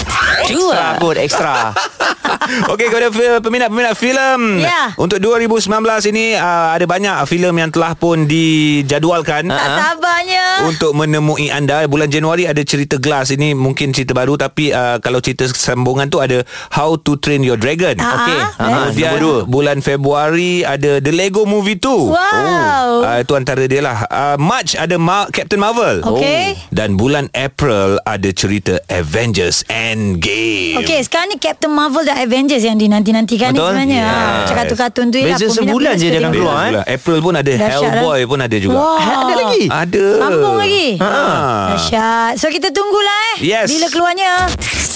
S4: Extra kot, extra.
S2: <laughs> Okey kepada fi- peminat-peminat filem.
S1: Ya.
S2: Untuk 2019 ini uh, ada banyak filem yang telah pun dijadualkan.
S1: Tak sabarnya.
S2: <laughs> untuk menemui anda bulan Januari ada cerita Glass ini mungkin cerita baru tapi uh, kalau cerita sambungan tu ada How to Train Your Dragon.
S1: Ah,
S4: Okey.
S1: ah,
S4: Ha,
S2: Kemudian
S4: nombor dua.
S2: bulan Februari ada The Lego Movie 2.
S1: Wow.
S2: Uh, itu antara dia lah. Uh, March ada Ma- Captain Marvel. Oh.
S1: Okey.
S2: Dan bulan April ada cerita Avengers Endgame.
S1: Okey, sekarang ni Captain Marvel dan Avengers yang dinanti-nantikan ni
S4: Betul?
S1: sebenarnya.
S4: Yes.
S1: Yeah. Macam kartun-kartun tu ialah
S4: Beza
S1: peminat-peminat
S4: sebulan je
S1: suka
S4: dia akan
S1: tengok.
S4: keluar, eh.
S2: Bulan April pun ada
S1: Dahsyat,
S2: Hellboy
S1: eh?
S2: pun ada juga. Eh,
S1: Wah.
S4: Ada lagi?
S2: Ada.
S1: Sambung lagi. Ah,
S2: Ha.
S1: Dahsyat. So kita tunggulah eh.
S2: Yes.
S1: Bila keluarnya.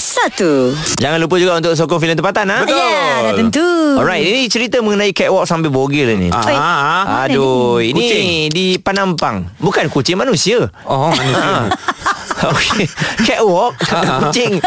S5: 1
S4: Jangan lupa juga untuk sokong filem tempatan ha.
S2: Betul.
S1: Ya, dah tentu.
S4: Alright, ini cerita mengenai catwalk sambil bogil ni.
S2: Ah, ah, ah.
S4: Aduh, ini
S2: Kucing.
S4: di Penampang. Bukan kucing manusia.
S2: Oh, manusia.
S4: <laughs> Okay.
S2: <laughs>
S4: Catwalk Kucing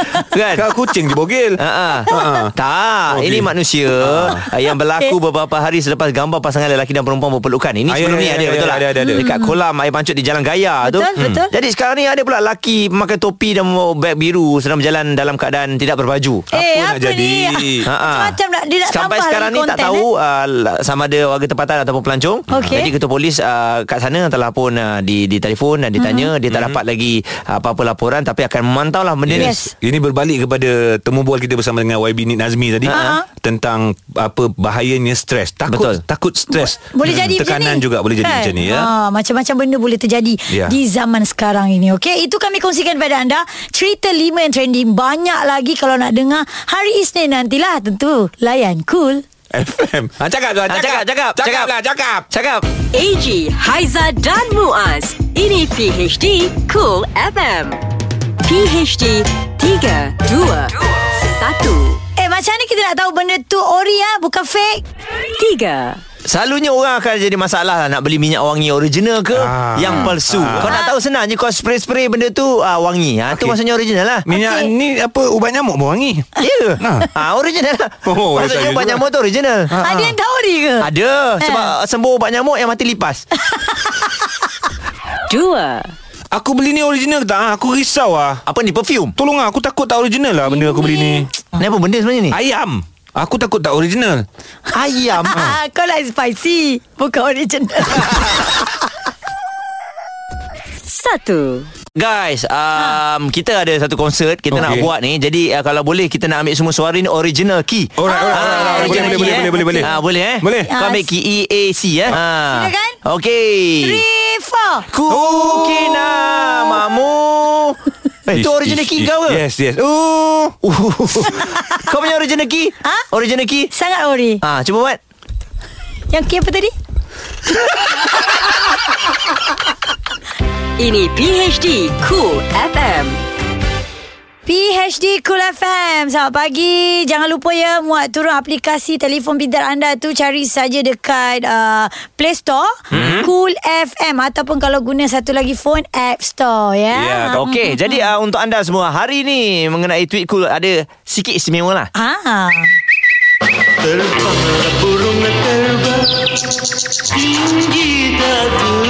S2: Ah,
S4: Kan
S2: Kau Oh, kucing je
S4: <laughs>
S2: bogil.
S4: Ha ah. Tak,
S2: Okey.
S4: ini manusia ah. yang berlaku beberapa hari selepas gambar pasangan lelaki dan perempuan berpelukan. Ini
S2: Ah, ya,
S4: sebelum
S2: ya,
S4: ni
S2: ya,
S4: ada
S2: ya,
S4: betul tak?
S2: ada, ada, ada.
S4: Dekat kolam air pancut di Jalan Gaya
S1: Hmm. Betul,
S4: tu. Hmm.
S1: betul.
S4: Jadi sekarang ni ada pula lelaki memakai topi dan membawa beg biru sedang berjalan dalam keadaan tidak berbaju.
S2: Apa
S1: eh,
S2: nak
S1: apa
S2: jadi?
S1: ni?
S2: Ha,
S4: ha.
S1: Macam-macam nak dia nak
S4: Sampai
S1: tambah
S4: sekarang
S1: lagi
S4: ni tak
S1: konten,
S4: tahu eh? uh, sama ada warga tempatan ataupun pelancong. Ah,
S1: Okey.
S4: Jadi ketua polis uh, kat sana telah pun uh, di di telefon dan ditanya mm-hmm. dia tak dapat lagi uh, apa-apa laporan tapi akan memantau lah benda ni.
S1: Ha, Yes.
S2: Ini berbalik kepada temu bual kita bersama dengan YB Nik Nazmi tadi
S1: Ha-ha.
S2: tentang apa bahayanya stres. Takut
S4: Betul.
S2: takut stres. Hmm,
S1: Boleh jadi macam
S2: tekanan
S1: ni.
S2: juga boleh jadi
S1: Kan?
S2: macam ni ya.
S1: Ha, macam-macam benda boleh terjadi
S2: Ya.
S1: yeah. di zaman sekarang ini. Okey, itu kami kongsikan kepada anda cerita lima yang trending. Banyak lagi kalau nak dengar hari Isnin nantilah tentu. Layan cool.
S2: FM. Ha, cakap tu,
S4: Ah, cakap, cakap,
S2: Cakap,
S4: cakap.
S2: lah, cakap.
S4: Cakap.
S5: AG, Haiza dan Muaz. Ini PHD Cool FM. PHD 3, 2, 1.
S1: Eh, macam mana kita nak tahu benda tu ori ah, bukan fake?
S5: 3.
S4: Selalunya orang akan jadi masalah lah nak beli minyak wangi original ke
S2: Ah.
S4: ah. yang palsu.
S2: Ah.
S4: Ah. Kau nak tahu senang je kau spray-spray benda tu ah, wangi. Ah, okay. Tu
S2: Okey.
S4: maksudnya original lah.
S2: Minyak
S1: Okey.
S2: ni apa ubat nyamuk berwangi.
S4: <laughs> Ya.
S2: Ah.
S4: Yeah. Ah. original lah.
S2: Oh,
S4: Oh,
S2: saya
S4: maksudnya ubat
S2: juga.
S4: nyamuk tu original.
S1: Ha. Ada yang tahu ori ke? Ha.
S4: Ada. Sebab sembuh ubat nyamuk yang mati lipas.
S5: 2.
S2: Aku beli ni original ke tak? Ah, Aku risau ah.
S4: Apa ni perfume?
S2: Tolong ah, aku takut tak original lah benda aku beli ni.
S1: Ha.
S4: Kenapa benda sebenarnya ni?
S2: Ayam. Aku takut tak original.
S4: Ayam.
S1: Ah, kau like spicy, bukan original.
S5: 1.
S4: <laughs> Guys, um, kita ada satu konsert kita okay. nak
S2: Okey.
S4: buat ni. Jadi uh, kalau boleh kita nak ambil semua suara ni original key.
S2: Alright, alright, alright, alright. Boleh,
S4: Ah, original
S2: boleh, boleh,
S4: key,
S2: boleh, boleh, boleh.
S4: Ah, boleh eh?
S2: Boleh.
S4: Kau ambil key EAC eh. Ha.
S1: Silakan.
S4: Okey.
S1: Three, four.
S4: Kukina mamu. Eh, itu
S2: Ish,
S4: original
S2: ish,
S4: key
S2: ish.
S4: kau ke? Uh.
S2: Yes, yes. Oh.
S4: <laughs> kau punya original key?
S1: Ha?
S4: Original key?
S1: Sangat ori.
S4: Ah, cuba buat.
S1: Yang K apa tadi?
S5: Ini PHD Cool FM.
S1: PHD Cool FM Selamat pagi Jangan lupa ya Muat turun aplikasi Telefon pintar anda tu Cari saja dekat uh, Play Store mm-hmm. Cool FM Ataupun kalau guna satu lagi phone App Store ya
S2: Ya,
S1: yeah,
S4: Okey, jadi
S1: mm,
S4: uh, untuk anda semua hari ni mengenai tweet cool ada sikit istimewa lah.
S1: Ah.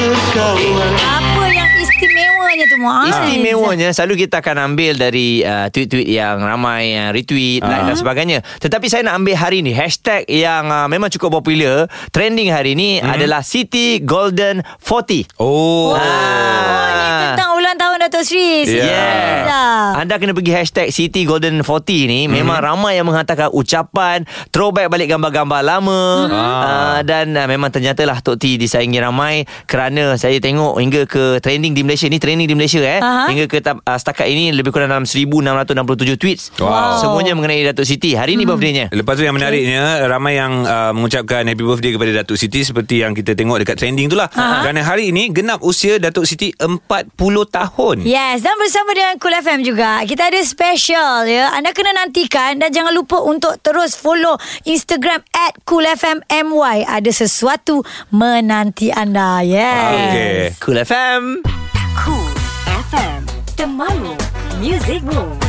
S1: Apa yang istimewanya tu Muaz?
S4: Istimewanya selalu kita akan ambil dari uh, tweet-tweet yang ramai yang retweet uh. like
S1: Ah.
S4: dan sebagainya. Tetapi saya nak ambil hari ni hashtag yang uh, memang cukup popular trending hari ni hmm. adalah City Golden 40.
S1: Oh,
S2: Oh.
S1: ni tentang ulang tahun Dato' Sri
S2: Ya.
S4: Yeah.
S1: Lah.
S4: Anda kena pergi hashtag City Golden 40 ni
S2: Mhm.
S4: Memang ramai yang menghantarkan ucapan Throwback balik gambar-gambar lama
S2: Ah.
S4: uh, Dan uh, memang ternyatalah Tok T disaingi ramai Kerana saya tengok hingga ke trending di Malaysia Ni trending di Malaysia eh
S1: Aha.
S4: Hingga ke tap- uh, setakat ini Lebih kurang dalam 1667 tweets
S2: Wow.
S4: Semuanya mengenai Datuk Siti Hari ni birthdaynya
S2: Lepas tu yang menariknya Ramai yang uh, mengucapkan happy birthday kepada Datuk Siti Seperti yang kita tengok dekat trending tu lah Kerana hari ini genap usia Datuk Siti 40 tahun
S1: Yes, dan bersama dengan Cool FM juga, kita ada special ya. Anda kena nantikan dan jangan lupa untuk terus follow Instagram at Cool FM MY. Ada sesuatu menanti anda.
S4: Ah,
S1: Yes.
S2: Okay
S4: Cool FM
S5: Cool FM. Temanmu. Music Rules.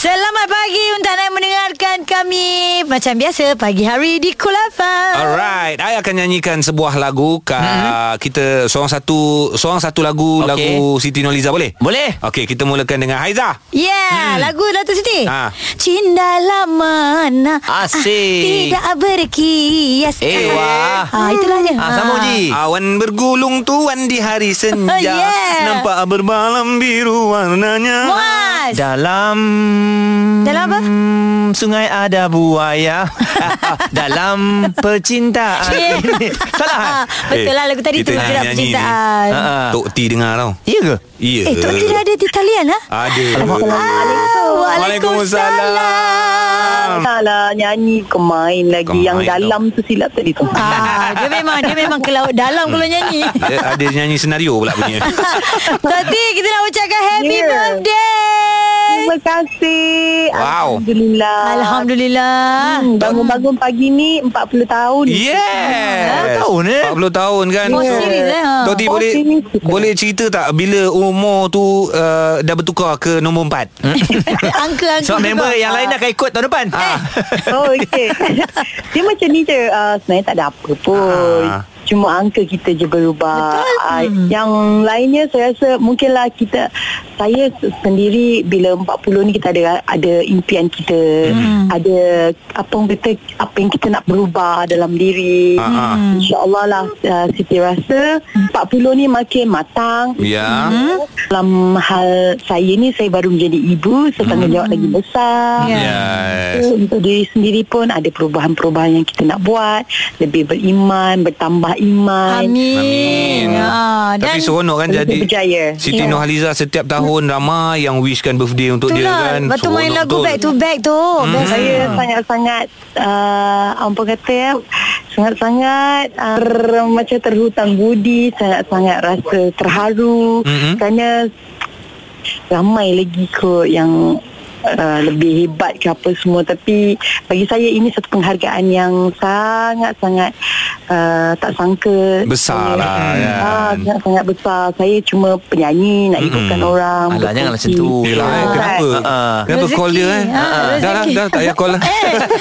S1: Selamat pagi untuk anda yang mendengarkan kami. Macam biasa, pagi hari di Cool FM.
S2: Ah. Alright, I akan nyanyikan sebuah lagu ka,
S1: Mhm.
S2: hmm. kita seorang satu seorang satu lagu
S4: Okey.
S2: okay. lagu Siti Noliza boleh?
S4: Boleh
S2: Okey, kita mulakan dengan Haiza.
S1: Yeah, hmm. lagu Dato' Siti.
S2: Ha.
S1: Cinta lamana
S4: Asyik.
S1: Tidak berkias.
S4: Eh, wah.
S1: Ha, itulah je.
S4: Ah, sama Ji
S2: Awan bergulung tuan di hari senja
S1: <laughs> Yeah.
S2: nampak bermalam biru warnanya.
S1: Muaz.
S4: Dalam
S1: Dalam apa?
S4: Sungai
S1: <laughs>
S4: ada buaya Dalam percintaan
S1: Cik.
S4: Ini Salah
S1: Betul lah lagu tadi tu
S2: kita nak
S1: Gerak
S2: nyanyi
S1: percintaan
S4: ni. Ha, ha.
S2: Tok T dengar tau.
S4: Iya ke?
S2: Ya.
S1: Eh Tok tidak ada di talian lah
S2: Ada.
S7: Alah nyanyi Kau main lagi
S2: Kau
S7: Yang
S2: main
S7: dalam tu silap tadi tu
S2: Ha.
S1: Ah, dia memang dia memang ke laut dalam kalau nyanyi.
S2: Dia ada
S1: <laughs>
S2: nyanyi senario pula punya.
S7: Ya.
S1: Tati kita nak ucapkan happy
S7: Yeah.
S1: birthday.
S7: Terima kasih.
S4: Wow.
S7: Alhamdulillah.
S1: Alhamdulillah.
S7: Hmm, bangun-bangun pagi ni 40 tahun.
S4: Yes 40 tahun eh
S2: 40 tahun kan
S1: Oh, serius, eh?
S2: Toti
S7: Oh,
S2: boleh
S7: serius.
S2: Boleh cerita tak Bila umur tu uh, Dah bertukar ke nombor
S1: <laughs>
S2: 4
S1: Angka-angka
S4: Sebab
S1: juga.
S4: member yang lain akan ikut tahun depan
S1: Eh,
S4: ha.
S7: Oh,
S2: <laughs>
S7: okey. Dia macam ni je. Uh, sebenarnya tak ada apa
S1: Oh,
S7: pun.
S4: Ah. Hmm.
S7: Cuma angka kita je berubah. Uh, yang lainnya saya rasa mungkinlah kita saya sendiri bila 40 ni kita ada ada impian kita.
S4: Hmm.
S7: Ada apa orang kata apa yang kita nak berubah dalam diri.
S4: Ah, ah.
S7: InsyaAllah lah uh, Siti rasa 40 ni makin matang
S4: Ya
S1: Hmm?
S7: Dalam hal saya ni Saya baru menjadi ibu
S4: Hmm.
S7: So tanggungjawab lagi besar
S4: Ya. Yes
S7: So, untuk diri sendiri pun ada perubahan-perubahan yang kita nak buat lebih beriman bertambah
S1: Ya.
S7: iman
S1: Amin. Ah,
S2: Tapi seronok kan
S7: Lebih
S2: jadi
S7: berjaya.
S2: Siti
S7: Ya.
S2: Nurhaliza setiap tahun ramai yang wishkan birthday untuk dia
S1: Itulah
S2: kan.
S1: lah. Lepas tu main
S2: Seronok
S1: lagu
S2: betul.
S1: back to back tu
S7: Dan
S1: Best
S7: saya sangat-sangat uh, apa kata ya sangat-sangat uh, ter- macam terhutang budi sangat-sangat rasa terharu
S2: Mhm.
S7: mm-hmm. kerana ramai lagi kot yang uh, lebih hebat ke apa semua tapi bagi saya ini satu penghargaan yang sangat-sangat uh, tak sangka
S2: Besar
S7: Saya-
S2: lah, kan?
S7: Ah, sangat-sangat besar saya cuma penyanyi nak ikutkan mm-hmm. orang
S4: Alah janganlah macam tu
S7: berkongsi.
S2: Yelah, eh,
S7: Ustaz.
S2: kenapa?
S4: Ah.
S2: Kenapa
S1: Rezeki,
S2: call dia eh?
S1: ah,
S2: dah lah,
S1: rezeki.
S2: dah tak payah call
S1: <laughs>
S2: lah.
S4: <laughs>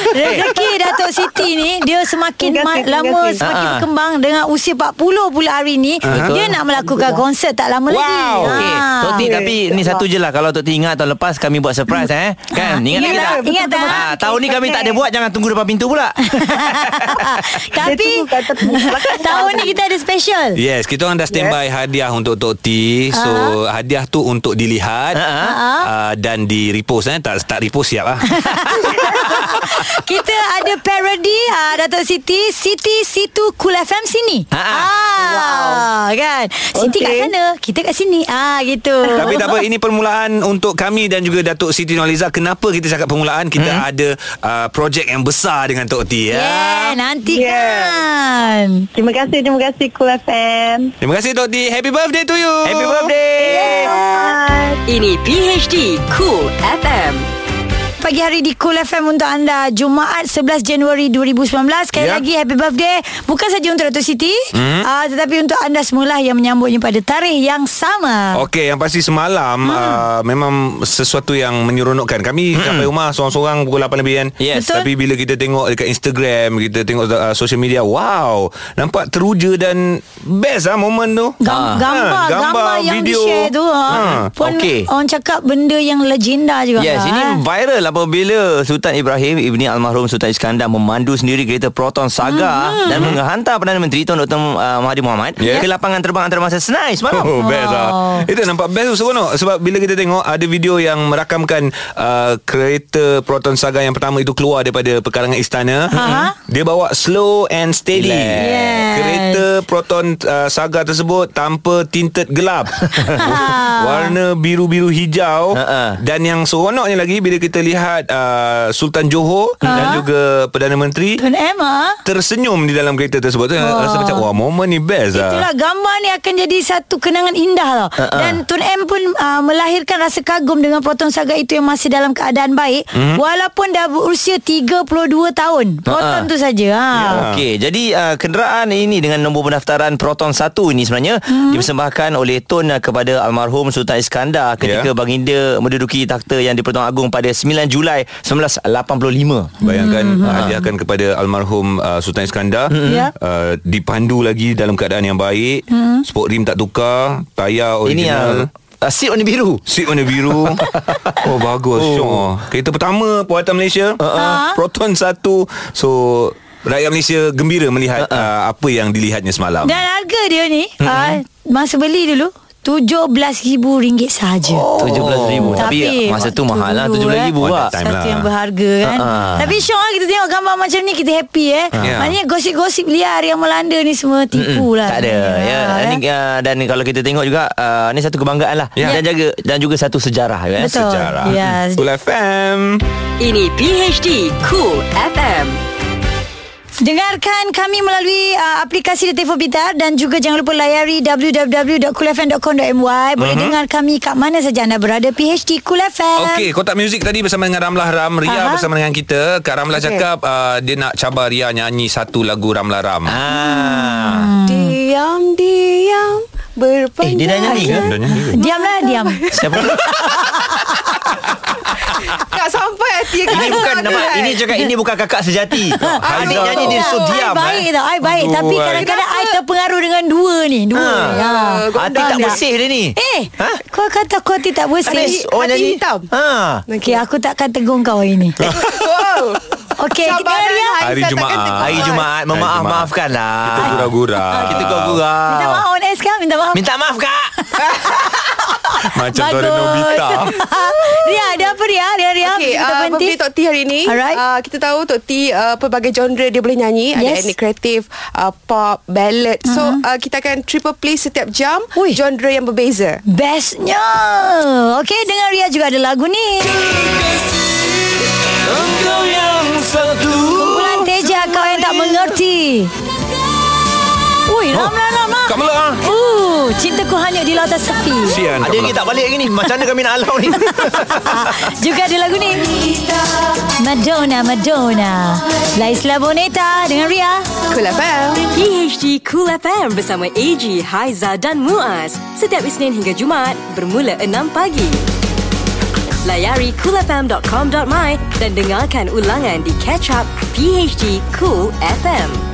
S1: Eh, rezeki Datuk Siti ni Dia semakin
S7: Terima
S1: ma-
S7: kasih, terima
S1: lama
S7: kasih.
S1: Semakin
S4: Ah.
S1: berkembang Dengan usia 40 pula hari ni Dia nak melakukan konsert Tak lama lagi
S4: Wow okay.
S1: Ah.
S4: Toti tapi ni satu je lah Kalau Toti ingat tahun lepas Kami buat surprise eh Kan Ingat lagi
S1: ingat
S4: tak
S1: tak? Ingat tak?
S4: Ah, Tahun ni kami tak ada buat Jangan tunggu depan pintu
S1: <laughs>
S4: pula
S1: Tapi
S7: Dia tunggu kat tepi belakang.
S1: Tahun ni kita ada special
S2: Yes, kita orang dah standby yeah. hadiah untuk Tok T. So, hadiah tu untuk dilihat
S4: Ah.
S2: uh, dan di repost eh. Tak tak repost siap lah.
S1: Kita ada parody uh, Datuk Siti Siti Situ Cool FM sini
S4: Ah, ah.
S1: ah Kan Siti kat
S7: Okey.
S1: sana Kita kat sini ah Gitu
S2: <laughs> Tapi tak apa ini permulaan untuk kami dan juga Datuk Siti Nurhaliza. Kenapa kita cakap permulaan? Kita hmm. ada uh, projek yang besar dengan Tok T ya.
S1: Yeah, nanti
S7: Yeah.
S1: kan.
S7: terima kasih terima kasih Cool FM
S2: Terima kasih Tok T. Happy birthday to you.
S4: Happy birthday
S5: Ini PHD Cool FM.
S1: Pagi hari di Cool FM untuk anda Jumaat 11 Januari 2019 Sekali
S2: Ya.
S1: lagi happy birthday Bukan saja untuk Dato' Siti mm. uh, Tetapi untuk anda semualah yang menyambutnya pada tarikh yang sama
S2: Okey, yang pasti semalam hmm. uh, memang sesuatu yang menyeronokkan. Kami hmm. sampai rumah seorang-seorang pukul 8 lebih kan.
S4: Yes.
S1: Betul.
S2: Tapi bila kita tengok dekat Instagram, kita tengok uh, social media, wow, nampak teruja dan best ah momen tu.
S1: Gam-
S2: Ah.
S1: gambar,
S2: Ha,
S1: gambar yang di-share tu ha,
S2: Ha,
S1: pun
S4: okey.
S1: orang cakap benda yang legenda juga
S4: Yes,
S1: lah,
S4: ini
S1: eh.
S4: viral apabila Sultan Ibrahim Ibni Almarhum Sultan Iskandar memandu sendiri kereta Proton Saga mm-hmm. dan menghantar Perdana Menteri Tuan Dr. Uh, Mahathir Mohamad
S2: Yeah.
S4: yeah. ke lapangan terbang antarabangsa Senai semalam.
S2: Oh, best lah Itu nampak best tu seronok Sebab bila kita tengok Ada video yang merakamkan uh, Kereta Proton Saga yang pertama itu Keluar daripada pekarangan istana Dia bawa slow and steady
S1: Yes.
S2: Kereta Proton uh, Saga tersebut Tanpa tinted gelap Warna biru-biru hijau
S4: Ha-ha.
S2: Dan yang seronoknya lagi Bila kita lihat uh, Sultan Johor Dan juga Perdana Menteri
S1: Tuan Emma
S2: Tersenyum di dalam kereta tersebut tu Rasa macam Wah momen ni best lah
S1: Itulah gambar ni akan jadi satu kenangan indah
S4: Ha,
S1: tau. Uh-uh. Dan Tun M pun uh, melahirkan rasa kagum dengan Proton Saga itu yang masih dalam keadaan baik mm. walaupun dah berusia 32 tahun.
S4: ha.
S1: Proton
S4: Ha-ha.
S1: tu saja. Ha.
S2: Ah.
S4: Okey, jadi uh, kenderaan ini dengan nombor pendaftaran Proton 1 ini sebenarnya hmm. dipersembahkan oleh Tun uh, kepada almarhum Sultan Iskandar ketika
S2: Ya.
S4: yeah. baginda menduduki takhta yang di-Pertuan Agong pada 9 Julai 1985.
S2: Bayangkan mm-hmm. hadiahkan kepada almarhum uh, Sultan Iskandar mm-hmm.
S1: Hmm. Ha. Ya. Hmm.
S2: uh, dipandu lagi dalam keadaan yang baik, mm-hmm. sport rim tak tukar, tayar
S4: Ini
S2: original.
S4: yang uh, seat warna biru.
S2: Seat warna
S4: <laughs>
S2: biru Oh bagus oh. Syok ah. Kereta pertama Buatan Malaysia
S4: Ha.
S1: Ha.
S2: uh-uh. Proton 1 So Rakyat Malaysia gembira melihat
S4: Ha.
S2: uh-uh. uh, Apa yang dilihatnya semalam
S1: Dan harga dia ni mm-hmm. uh,
S4: Mhm.
S1: masa beli dulu RM17,000 sahaja. Oh.
S4: RM17,000 Tapi, Tapi masa tu mahal lah RM17,000
S2: On
S4: lah
S2: that time
S1: Satu
S2: lah.
S1: yang berharga kan
S4: Ha-ha. Ha.
S1: Tapi syok lah kita tengok gambar macam ni Kita happy eh
S2: Ya.
S1: Maknanya gosip-gosip liar yang melanda ni semua Tipu lah
S4: Hmm, Tak ada. Ya,
S1: Ha,
S4: dan, uh, dan kalau kita tengok juga uh, ni satu kebanggaan lah
S2: Ya.
S4: dan jaga dan juga satu sejarah ya.
S1: Betul.
S2: Sejarah
S1: Ya.
S2: Cool FM
S5: Ini PHD Cool FM.
S1: Dengarkan kami melalui uh, aplikasi Detik Bitar dan juga jangan lupa layari www.coolfm.com.my.
S4: Mhm.
S1: Boleh dengar kami kat mana saja anda berada PHD Cool FM.
S2: Okey, kotak muzik tadi bersama dengan Ramlah Ram Ria
S1: Aha.
S2: bersama dengan kita. Kak Ramlah okay. cakap uh, dia nak cabar Ria nyanyi satu lagu Ramlah Ram. Ha.
S4: Ah.
S3: Diam diam berpandangan.
S4: Eh, dia dah nyanyi ke?
S2: Dah nyanyi ke?
S1: Diamlah diam.
S4: Siapa?
S3: Kak sampai hati
S4: ini
S3: Kak
S4: bukan
S3: sangat
S4: nampak,
S3: kan?
S4: ini cakap ini bukan kakak
S1: <laughs>
S4: sejati. Haizah
S2: Aduh.
S4: nyanyi dia so
S1: Oh,
S4: diam.
S1: I baik
S4: eh.
S1: tau I baik
S2: Aduh,
S1: Tapi
S2: I.
S1: kadang-kadang I terpengaruh dengan dua ni Dua ha.
S4: Ah. Hati tak bersih dia ni.
S1: Eh
S4: Ha?
S1: ha? Kau kata aku hati tak bersih
S4: Habis orang
S3: hati
S4: nyanyi.
S3: hitam.
S4: Ha.
S1: Okey aku takkan tegur kau hari
S8: <laughs>
S1: ni
S3: Wow.
S1: Okey kita
S8: lah.
S1: Ria
S2: Hari Jumaat.
S4: Hari Jumaat, memaaf
S2: Jumaat.
S4: maafkanlah.
S2: Kita gura-gura.
S4: Kita gurau-gurau.
S1: Minta maaf on air sekarang Minta maaf
S4: Minta maaf kak.
S2: Macam Dora
S1: Bagus.
S2: Nobita.
S1: <laughs> Ria ada apa Ria Ria Ria
S8: Okay,
S1: kita
S8: uh,
S1: berhenti
S8: birthday Tok T hari ni
S1: Alright.
S8: uh, Kita tahu Tok T uh, Pelbagai genre dia boleh nyanyi Ada
S1: Yes.
S8: etnik kreatif uh, Pop, ballad So uh, kita akan triple play setiap jam
S1: Ui.
S8: Genre yang berbeza
S1: Bestnya Okey dengan Ria juga ada lagu ni
S4: Engkau yang satu.
S1: Kumpulan Kan, Teja kau yang tak mengerti Ui
S8: Oh.
S1: Ram Ram Ram Ram
S2: Kak Melok ah.
S1: Uh, cintaku hanya di lautan sepi
S2: Sian Kak
S4: Ada lagi
S2: Melok.
S4: tak balik lagi ni Macam mana kami nak alau ni
S1: Juga ada lagu ni Madonna, Madonna La Isla Bonita dengan Ria
S8: Cool FM
S5: PHD Cool FM bersama AG, Haiza dan Muaz. Setiap Isnin hingga Jumaat bermula 6 pagi. Layari coolfm.com.my dan dengarkan ulangan di catch up PHD Cool FM.